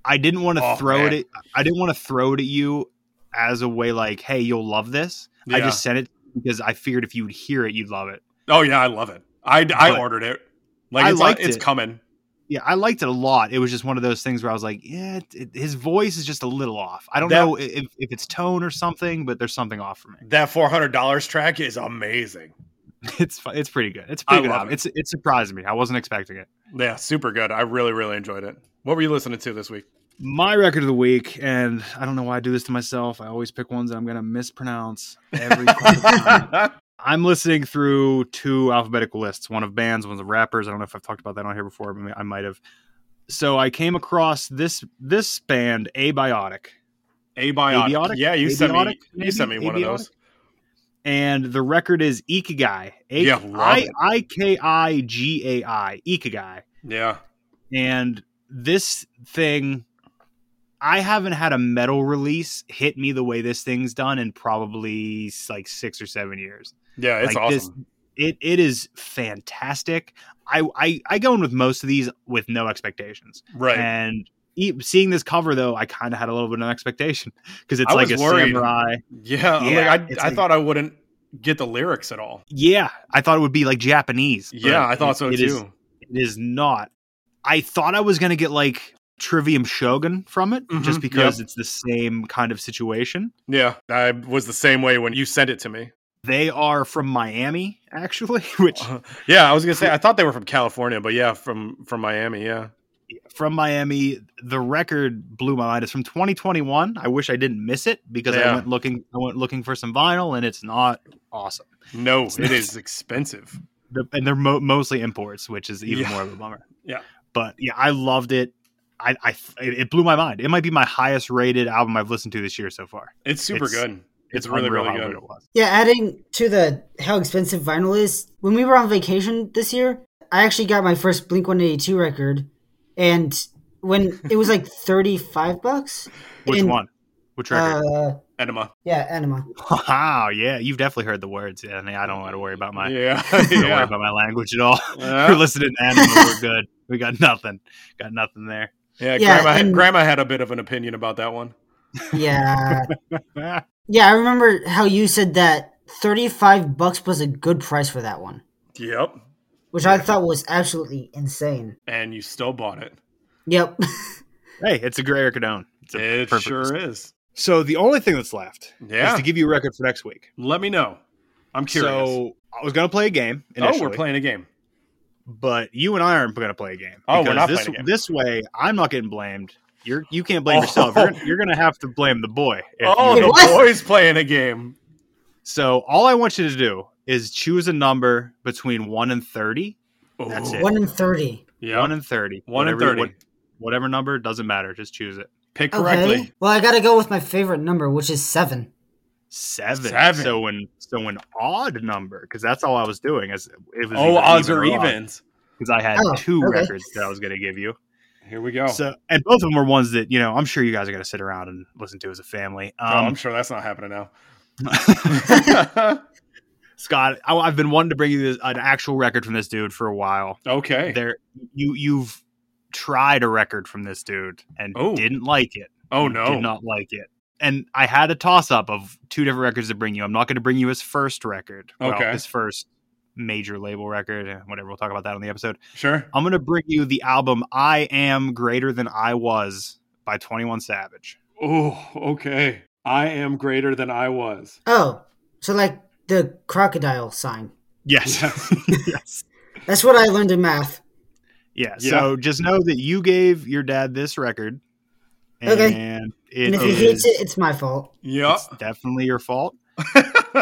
Speaker 5: I didn't want to
Speaker 4: Oh,
Speaker 5: throw
Speaker 4: man.
Speaker 5: it. At, I didn't want to throw it at you as a way like, hey, you'll love this. I
Speaker 4: Yeah.
Speaker 5: just sent it because I figured if you'd hear it, you'd love it.
Speaker 4: oh yeah, I love it. I I
Speaker 5: But-
Speaker 4: ordered it. Like
Speaker 5: I
Speaker 4: it's,
Speaker 5: liked
Speaker 4: it's
Speaker 5: it.
Speaker 4: coming.
Speaker 5: Yeah, I liked it a lot. It was just one of those things where I was like, yeah, it, it- his voice is just a little off. I don't
Speaker 4: That-
Speaker 5: know if, if it's tone or something, but there's something off for me. <laughs>
Speaker 4: That four hundred dollars track is amazing.
Speaker 5: It's fu- it's pretty good. It's a
Speaker 4: I
Speaker 5: pretty good.
Speaker 4: love
Speaker 5: album.
Speaker 4: it.
Speaker 5: It's it surprised me. I wasn't expecting it.
Speaker 4: Yeah, super good. I really really enjoyed it. What were you listening to
Speaker 5: <laughs>
Speaker 4: this week?
Speaker 5: My record of the week, and I don't know why I do this to myself. I always pick ones that I'm going to mispronounce every <laughs> fucking time. I'm listening through two alphabetical lists, one of bands, one of rappers. I don't know if I've talked about that on here before, but I might have. So I came across this this band, Abiotic.
Speaker 4: Abiotic.
Speaker 5: Abiotic?
Speaker 4: Yeah, you sent me.
Speaker 5: Abiotic,
Speaker 4: You
Speaker 5: maybe?
Speaker 4: sent me one of those.
Speaker 5: and the record is Ikigai.
Speaker 4: Yeah, love
Speaker 5: I
Speaker 4: it.
Speaker 5: I K I G A I Ikigai.
Speaker 4: Yeah.
Speaker 5: And this thing, I haven't had a metal release hit me the way this thing's done in probably like six or seven years.
Speaker 4: Yeah, it's
Speaker 5: Like, this-
Speaker 4: awesome.
Speaker 5: It it is fantastic. I I, I go in with most of these with no expectations,
Speaker 4: right.
Speaker 5: and. e- Seeing this cover though, I kind of had a little bit of an expectation <laughs> because it's
Speaker 4: I
Speaker 5: like a
Speaker 4: was worried.
Speaker 5: samurai.
Speaker 4: yeah.
Speaker 5: yeah,
Speaker 4: like
Speaker 5: it's
Speaker 4: I, I
Speaker 5: like-
Speaker 4: thought I wouldn't get the lyrics at all.
Speaker 5: Yeah, I thought it would be like Japanese. but
Speaker 4: Yeah, I thought
Speaker 5: it-
Speaker 4: so
Speaker 5: it
Speaker 4: too.
Speaker 5: is- it is not. I thought I was going to get like Trivium Shogun from it
Speaker 4: Mhm,
Speaker 5: just because it's the same kind of situation.
Speaker 4: yeah, I was the same way when you sent it to me. <laughs>
Speaker 5: They are from Miami, actually, <laughs> which
Speaker 4: Yeah, I was gonna say I thought they were from California, but yeah, from from Miami. Yeah.
Speaker 5: from Miami, the record blew my mind. It's from 2021. I wish I didn't miss it because I
Speaker 4: Yeah.
Speaker 5: went looking. I went looking for some vinyl, and it's not awesome.
Speaker 4: No, it is expensive.
Speaker 5: The, and they're mo- mostly imports, which is even
Speaker 4: Yeah.
Speaker 5: more of a bummer.
Speaker 4: Yeah.
Speaker 5: but yeah, I loved it. I, I it it blew my mind. It might be my highest rated album I've listened to this year so far.
Speaker 4: It's super
Speaker 5: It's-
Speaker 4: good. It's, really
Speaker 5: unreal
Speaker 4: really
Speaker 5: how good
Speaker 4: good.
Speaker 5: it was.
Speaker 6: Yeah, adding to the how expensive vinyl is. When we were on vacation this year, I actually got my first Blink One Eighty Two record, and when
Speaker 5: <laughs>
Speaker 6: it was like thirty five bucks.
Speaker 5: Which
Speaker 6: And,
Speaker 5: one? Which record?
Speaker 6: Uh,
Speaker 4: Enema.
Speaker 6: yeah, Anima.
Speaker 5: <laughs> wow, Oh, yeah, you've definitely heard the words. Yeah, and I don't want to worry about my
Speaker 4: yeah.
Speaker 5: <laughs>
Speaker 4: <laughs>
Speaker 5: don't worry
Speaker 4: yeah.
Speaker 5: about my language at all.
Speaker 4: Yeah.
Speaker 5: <laughs> we're listening to anime. we're good. We got nothing. Got nothing there.
Speaker 4: Yeah,
Speaker 6: Yeah,
Speaker 4: grandma,
Speaker 6: and-
Speaker 4: grandma had a bit of an opinion about that one.
Speaker 6: Yeah, yeah. I remember how you said that thirty five bucks was a good price for that one,
Speaker 4: Yep.
Speaker 6: which I thought was absolutely insane.
Speaker 4: And you still bought it.
Speaker 6: Yep.
Speaker 5: hey, it's a great record to own. It's a
Speaker 4: It
Speaker 5: perfect
Speaker 4: sure is.
Speaker 5: So the only thing that's left
Speaker 4: Yeah.
Speaker 5: is to give you a record for next week.
Speaker 4: Let me know. I'm curious.
Speaker 5: So I was gonna play a game.
Speaker 4: oh, we're
Speaker 5: initially.
Speaker 4: playing a game.
Speaker 5: but you and I aren't going to play a game.
Speaker 4: Oh, we're
Speaker 5: Because
Speaker 4: not
Speaker 5: this,
Speaker 4: playing a game.
Speaker 5: This way, I'm not getting blamed. You're you can't blame
Speaker 4: Oh.
Speaker 5: yourself. You're, you're going to
Speaker 6: <laughs>
Speaker 5: have to blame the boy. if
Speaker 4: Oh,
Speaker 5: you-
Speaker 4: the
Speaker 6: What?
Speaker 4: <laughs> boys playing a game.
Speaker 5: So all I want you to do is choose a number between one and thirty.
Speaker 6: <laughs>
Speaker 5: That's it.
Speaker 6: one in thirty.
Speaker 4: Yeah.
Speaker 5: One and thirty.
Speaker 4: One and
Speaker 5: Whatever-
Speaker 4: 30.
Speaker 5: what- whatever number doesn't matter. Just choose it.
Speaker 4: Pick correctly.
Speaker 6: Okay. Well, I gotta go with my favorite number, which is seven.
Speaker 5: Seven.
Speaker 4: Seven.
Speaker 5: So an so an odd number because that's all I was doing. As it was.
Speaker 4: Oh, odds are evens.
Speaker 5: because I had
Speaker 6: Oh,
Speaker 5: two
Speaker 6: okay.
Speaker 5: records that I was going to give you.
Speaker 4: Here we go.
Speaker 5: So, and both of them were ones that you know I'm sure you guys are going to sit around and listen to as a family.
Speaker 4: Oh, I'm
Speaker 5: Um,
Speaker 4: sure that's not happening
Speaker 5: <laughs>
Speaker 4: now.
Speaker 5: Scott, I, I've been wanting to bring you this, an actual record from this dude for a while.
Speaker 4: <laughs> okay.
Speaker 5: <laughs> There, you you've tried a record from this dude and
Speaker 4: Oh.
Speaker 5: didn't like it.
Speaker 4: oh
Speaker 5: You
Speaker 4: no.
Speaker 5: did not like it. And I had a toss up of two different records to bring you. I'm not going to bring you his first record. Well,
Speaker 4: Okay.
Speaker 5: his first major label record, eh, whatever. We'll talk about that on the episode.
Speaker 4: Sure.
Speaker 5: I'm going to bring you the album "I Am Greater Than I Was" by 21 Savage.
Speaker 4: Oh, okay. I am greater than I was.
Speaker 6: Oh, so like the crocodile sign.
Speaker 5: Yes. <laughs> yes.
Speaker 6: That's what I learned in math.
Speaker 5: Yeah,
Speaker 4: Yeah.
Speaker 5: So just know that you gave your dad this record. And
Speaker 6: Okay.
Speaker 5: it
Speaker 6: And if he
Speaker 5: is-
Speaker 6: hates it, it's my fault.
Speaker 4: Yup.
Speaker 5: it's definitely your fault. <laughs>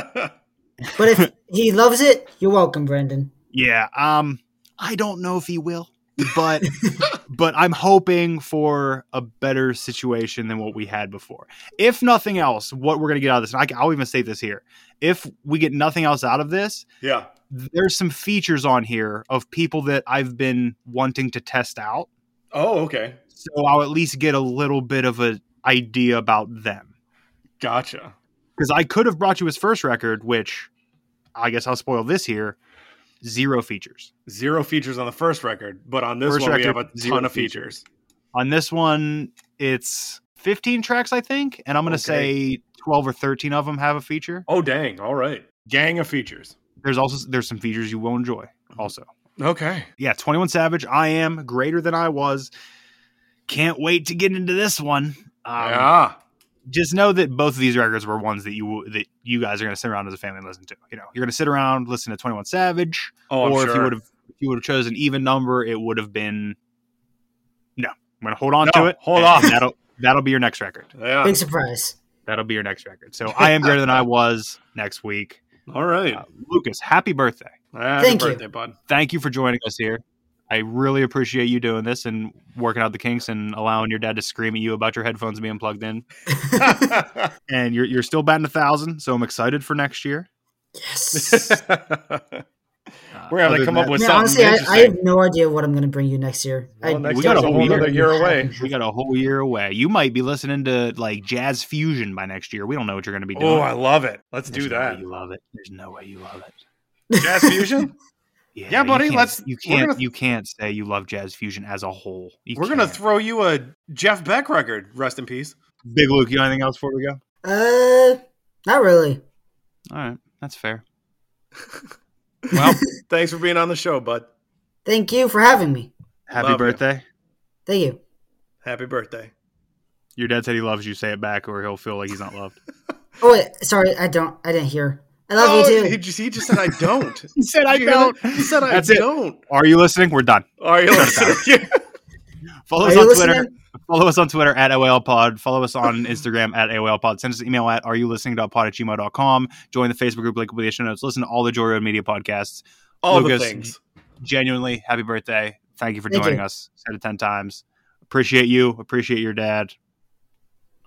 Speaker 6: But if he loves it, you're welcome, Brandon.
Speaker 5: Yeah. Um, I don't know if he will. but but I'm hoping for a better situation than what we had before. If nothing else, what we're gonna get out of this, and I, I'll even state this here: if we get nothing else out of this,
Speaker 4: <laughs>
Speaker 7: Yeah.
Speaker 5: there's some features on here of people that I've been wanting to test out,
Speaker 4: Oh, okay.
Speaker 5: so I'll at least get a little bit of an idea about them.
Speaker 4: Gotcha.
Speaker 5: because I could have brought you his first record, which I guess I'll spoil this here. Zero features
Speaker 4: Zero features on the first record, but on this
Speaker 5: First
Speaker 4: one we
Speaker 5: record,
Speaker 4: have a
Speaker 5: zero
Speaker 4: ton of
Speaker 5: features.
Speaker 4: features.
Speaker 5: on this one. It's 15 tracks, I think, and I'm going to
Speaker 4: Okay.
Speaker 5: say 12 or 13 of them have a feature.
Speaker 4: Oh, dang. All right. Gang of features.
Speaker 5: There's also there's some features you will enjoy.
Speaker 4: Mm-hmm.
Speaker 5: Also,
Speaker 4: Okay.
Speaker 5: yeah, 21 Savage, I am greater than I was. Can't wait to get into this one. Um,
Speaker 4: yeah.
Speaker 5: Just know that both of these records were ones that you that you guys are going to sit around as a family and listen to. You know, you're going to sit around listen to 21 Savage.
Speaker 4: Oh, I'm
Speaker 5: or
Speaker 4: sure.
Speaker 5: if you would have if you would have chosen an even number, it would have been no. I'm gonna hold on
Speaker 4: No,
Speaker 5: to it.
Speaker 4: hold
Speaker 5: and
Speaker 4: on.
Speaker 5: That'll that'll be your next record.
Speaker 4: Yeah.
Speaker 6: Big surprise.
Speaker 5: That'll be your next record. So I am greater than I was next week.
Speaker 4: All right.
Speaker 5: Uh, Lucas, happy birthday!
Speaker 4: Happy
Speaker 6: thank you.
Speaker 4: birthday, bud.
Speaker 5: <laughs>
Speaker 4: <laughs>
Speaker 5: Thank you for joining us here. I really appreciate you doing this and working out the kinks and allowing your dad to scream at you about your headphones being plugged in. And you're you're still batting a thousand, so I'm excited for next year. <laughs>
Speaker 6: Yes.
Speaker 5: Uh,
Speaker 4: We're having
Speaker 5: other
Speaker 4: to
Speaker 5: than
Speaker 4: come up
Speaker 5: that-
Speaker 4: with
Speaker 6: Man,
Speaker 4: something
Speaker 6: honestly, I, I
Speaker 4: interesting.
Speaker 6: have no idea what I'm going to bring you next year.
Speaker 4: Well,
Speaker 6: I,
Speaker 4: next
Speaker 5: we got
Speaker 4: year's
Speaker 5: a
Speaker 4: a
Speaker 5: whole
Speaker 4: whole
Speaker 5: year.
Speaker 4: other year away.
Speaker 5: We got a whole year away. You might be listening to like jazz fusion by next year. We don't know what you're going to be doing.
Speaker 4: Oh, I love it. Let's
Speaker 5: There's
Speaker 4: do
Speaker 5: no way
Speaker 4: that.
Speaker 5: you love it. There's no way you love it. <laughs>
Speaker 4: Jazz fusion?
Speaker 5: Yeah,
Speaker 4: Yeah,
Speaker 5: you
Speaker 4: buddy,
Speaker 5: can't-
Speaker 4: let's-
Speaker 5: You
Speaker 4: we're
Speaker 5: can't.
Speaker 4: gonna-
Speaker 5: You can't say you love jazz fusion as a whole. You
Speaker 4: We're going to
Speaker 5: can't.
Speaker 4: throw you a Jeff Beck record. Rest in peace.
Speaker 5: Big Luke. You got anything else before we go?
Speaker 6: uh, not really.
Speaker 5: All right, that's fair. <laughs> Well, <laughs>
Speaker 4: Thanks for being on the show, bud.
Speaker 6: Thank you for having me.
Speaker 5: happy
Speaker 4: Love you.
Speaker 5: birthday.
Speaker 6: Thank you.
Speaker 4: Happy birthday.
Speaker 5: Your dad said he loves you. Say it back, or he'll feel like he's not loved.
Speaker 6: Oh wait, sorry, I don't. I didn't hear. I love
Speaker 4: Oh,
Speaker 6: you too.
Speaker 4: He just, he just said, I don't.
Speaker 5: he said,
Speaker 4: Did you hear that? He said, I
Speaker 5: That's it.
Speaker 4: don't.
Speaker 5: Are you listening? We're done.
Speaker 4: Are you <laughs> listening?
Speaker 5: Follow
Speaker 6: Are
Speaker 5: us
Speaker 6: you
Speaker 5: on
Speaker 6: listening?
Speaker 5: Twitter. Follow us on Twitter at AOLPod. Follow us on Instagram at AOLPod. Send us an email at areyoulistening.pod at gmail.com. Join the Facebook group, link will be in the show notes. Listen to all the Joy Road Media podcasts.
Speaker 4: All
Speaker 5: Lucas,
Speaker 4: the things.
Speaker 5: Genuinely, happy birthday. Thank you for
Speaker 6: Thank
Speaker 5: joining
Speaker 6: you.
Speaker 5: us. Said it 10 times. Appreciate you. Appreciate your dad.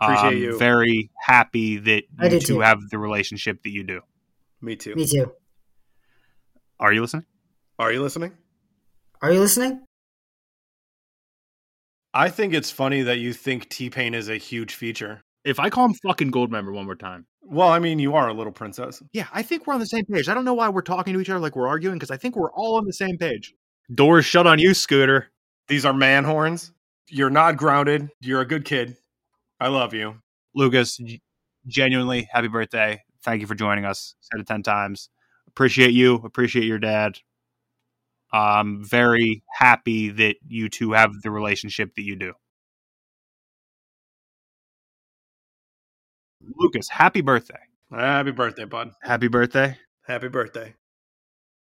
Speaker 4: Appreciate
Speaker 5: I'm
Speaker 4: you.
Speaker 5: Very happy that
Speaker 6: I
Speaker 5: you
Speaker 6: do
Speaker 5: two
Speaker 6: too.
Speaker 5: have the relationship that you do.
Speaker 4: Me too.
Speaker 6: Me too.
Speaker 5: Are you listening?
Speaker 4: Are you listening?
Speaker 6: Are you listening?
Speaker 4: I think it's funny that you think T Pain is a huge feature.
Speaker 5: If I call him fucking gold member one more time.
Speaker 4: Well, I mean, you are a little princess.
Speaker 5: Yeah, I think we're on the same page. I don't know why we're talking to each other like we're arguing because I think we're all on the same page. Doors shut on you, Scooter.
Speaker 4: These are man horns. You're not grounded. You're a good kid. I love you.
Speaker 5: Lucas, g- genuinely, happy birthday. Thank you for joining us. Said it 10 times. Appreciate you. Appreciate your dad. I'm very happy that you two have the relationship that you do. Lucas, happy birthday.
Speaker 4: Happy birthday, bud.
Speaker 5: Happy birthday.
Speaker 4: Happy birthday.